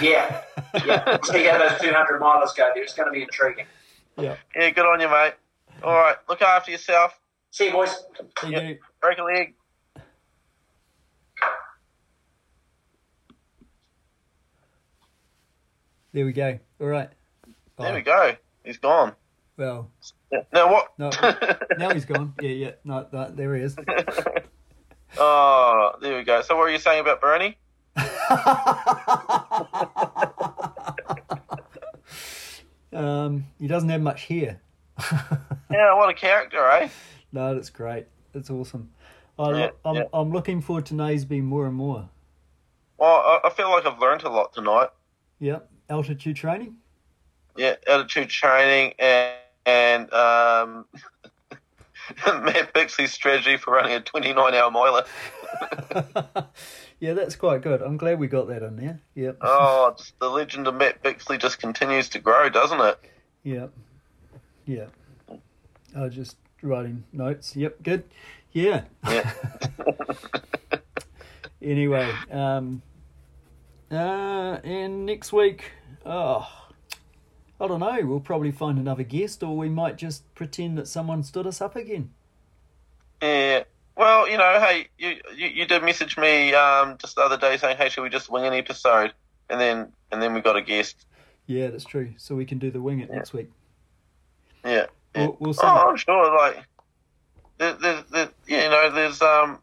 [SPEAKER 3] Yeah, yeah. See how those 200 milers go there. It's going to be intriguing.
[SPEAKER 1] yeah.
[SPEAKER 2] Yeah, good on you, mate. All right, look after yourself.
[SPEAKER 3] See you, boys.
[SPEAKER 1] Thank
[SPEAKER 2] Yeah.
[SPEAKER 1] you.
[SPEAKER 2] Break a leg.
[SPEAKER 1] There we go. All right.
[SPEAKER 2] There
[SPEAKER 1] Oh,
[SPEAKER 2] we go. He's gone.
[SPEAKER 1] Well,
[SPEAKER 2] Now what?
[SPEAKER 1] no, now he's gone. Yeah, yeah. No, no, there he is.
[SPEAKER 2] Oh, there we go. So, what were you saying about Bernie?
[SPEAKER 1] Um, he doesn't have much hair.
[SPEAKER 2] Yeah, what a character, eh?
[SPEAKER 1] No, that's great. That's awesome. I,
[SPEAKER 2] Yeah,
[SPEAKER 1] I'm,
[SPEAKER 2] yeah.
[SPEAKER 1] I'm looking forward to Naseby more and more.
[SPEAKER 2] Well, I, I feel like I've learned a lot tonight.
[SPEAKER 1] Yeah, altitude training.
[SPEAKER 2] Yeah, attitude training and and um, Matt Bixley's strategy for running a twenty-nine hour miler.
[SPEAKER 1] yeah, that's quite good. I'm glad we got that in there. Yep.
[SPEAKER 2] Oh, just the legend of Matt Bixley just continues to grow, doesn't it?
[SPEAKER 1] Yep. Yeah. I just writing notes. Yep, good. Yeah.
[SPEAKER 2] Yeah.
[SPEAKER 1] Anyway, um, uh, and next week, oh, I don't know. We'll probably find another guest, or we might just pretend that someone stood us up again.
[SPEAKER 2] Yeah. Well, you know, hey, you you, you did message me um, just the other day saying, hey, should we just wing an episode? And then and then we got a guest.
[SPEAKER 1] Yeah, that's true. So we can do the wing it next week.
[SPEAKER 2] Yeah. yeah.
[SPEAKER 1] We'll, we'll see.
[SPEAKER 2] Oh, I'm sure. Like, there, there, there, yeah, you know, there's um,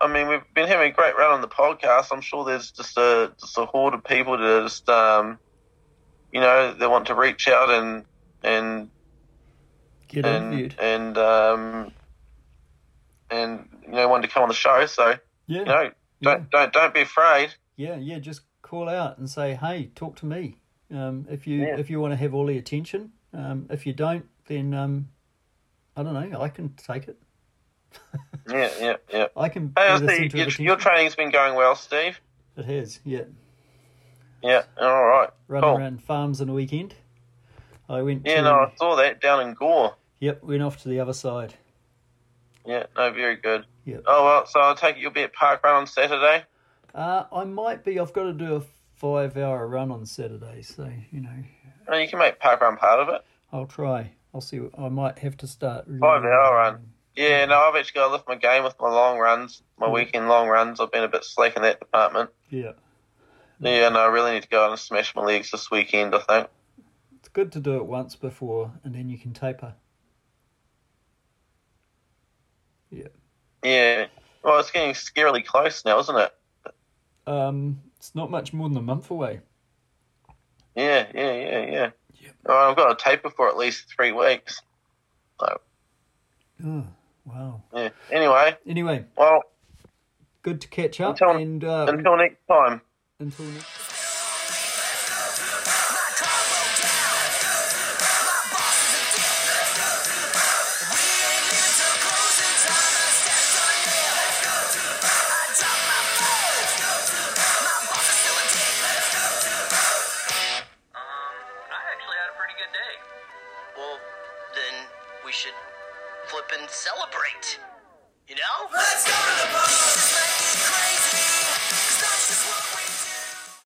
[SPEAKER 2] I mean, we've been having a great run on the podcast. I'm sure there's just a just a horde of people that just um, you know, they want to reach out and and
[SPEAKER 1] Get
[SPEAKER 2] and
[SPEAKER 1] interviewed.
[SPEAKER 2] and um, and you know, want to come on the show. So
[SPEAKER 1] Yeah,
[SPEAKER 2] you know, don't don't don't be afraid.
[SPEAKER 1] yeah, yeah. Just call out and say, "Hey, talk to me." Um, if you
[SPEAKER 2] Yeah.
[SPEAKER 1] if you want to have all the attention, um, if you don't, then um, I don't know. I can take it.
[SPEAKER 2] Yeah, yeah, yeah.
[SPEAKER 1] I can.
[SPEAKER 2] Hey, I
[SPEAKER 1] be the
[SPEAKER 2] see
[SPEAKER 1] centre of
[SPEAKER 2] your, your
[SPEAKER 1] attention.
[SPEAKER 2] training's been going well, Steve.
[SPEAKER 1] It has, yeah.
[SPEAKER 2] Yeah, all right.
[SPEAKER 1] Running
[SPEAKER 2] Cool.
[SPEAKER 1] around farms on a weekend. I went.
[SPEAKER 2] Yeah,
[SPEAKER 1] to,
[SPEAKER 2] no, I saw that down in Gore.
[SPEAKER 1] Yep, went off to the other side.
[SPEAKER 2] Yeah, no, very good.
[SPEAKER 1] Yep.
[SPEAKER 2] Oh well, so I'll take it you'll be at Park Run on Saturday.
[SPEAKER 1] Uh, I might be. I've got to do a five-hour run on Saturday, so you know,
[SPEAKER 2] Oh, you can make Park Run part of it.
[SPEAKER 1] I'll try. I'll see. what- I might have to start.
[SPEAKER 2] Five-hour run. Yeah, no, I've actually got to lift my game with my long runs, my
[SPEAKER 1] Mm-hmm.
[SPEAKER 2] weekend long runs. I've been a bit slack in that department.
[SPEAKER 1] Yeah, Mm-hmm.
[SPEAKER 2] Yeah, no, I really need to go out and smash my legs this weekend. I think.
[SPEAKER 1] it's good to do it once before, and then you can taper.
[SPEAKER 2] Yeah. Well, it's getting scarily close now, isn't it?
[SPEAKER 1] Um, it's not much more than a month away.
[SPEAKER 2] Yeah, yeah, yeah, yeah. Oh, I've got a taper for at least three weeks.
[SPEAKER 1] Oh, wow.
[SPEAKER 2] Yeah. Anyway,
[SPEAKER 1] Anyway,
[SPEAKER 2] well,
[SPEAKER 1] good to catch up,
[SPEAKER 2] Until-
[SPEAKER 1] and uh,
[SPEAKER 2] until next time.
[SPEAKER 1] until next.
[SPEAKER 4] I actually had a pretty good day.
[SPEAKER 5] Well, then we should flip and celebrate. You know?
[SPEAKER 4] Let's go to the bar. This might be crazy, 'cause that's just what we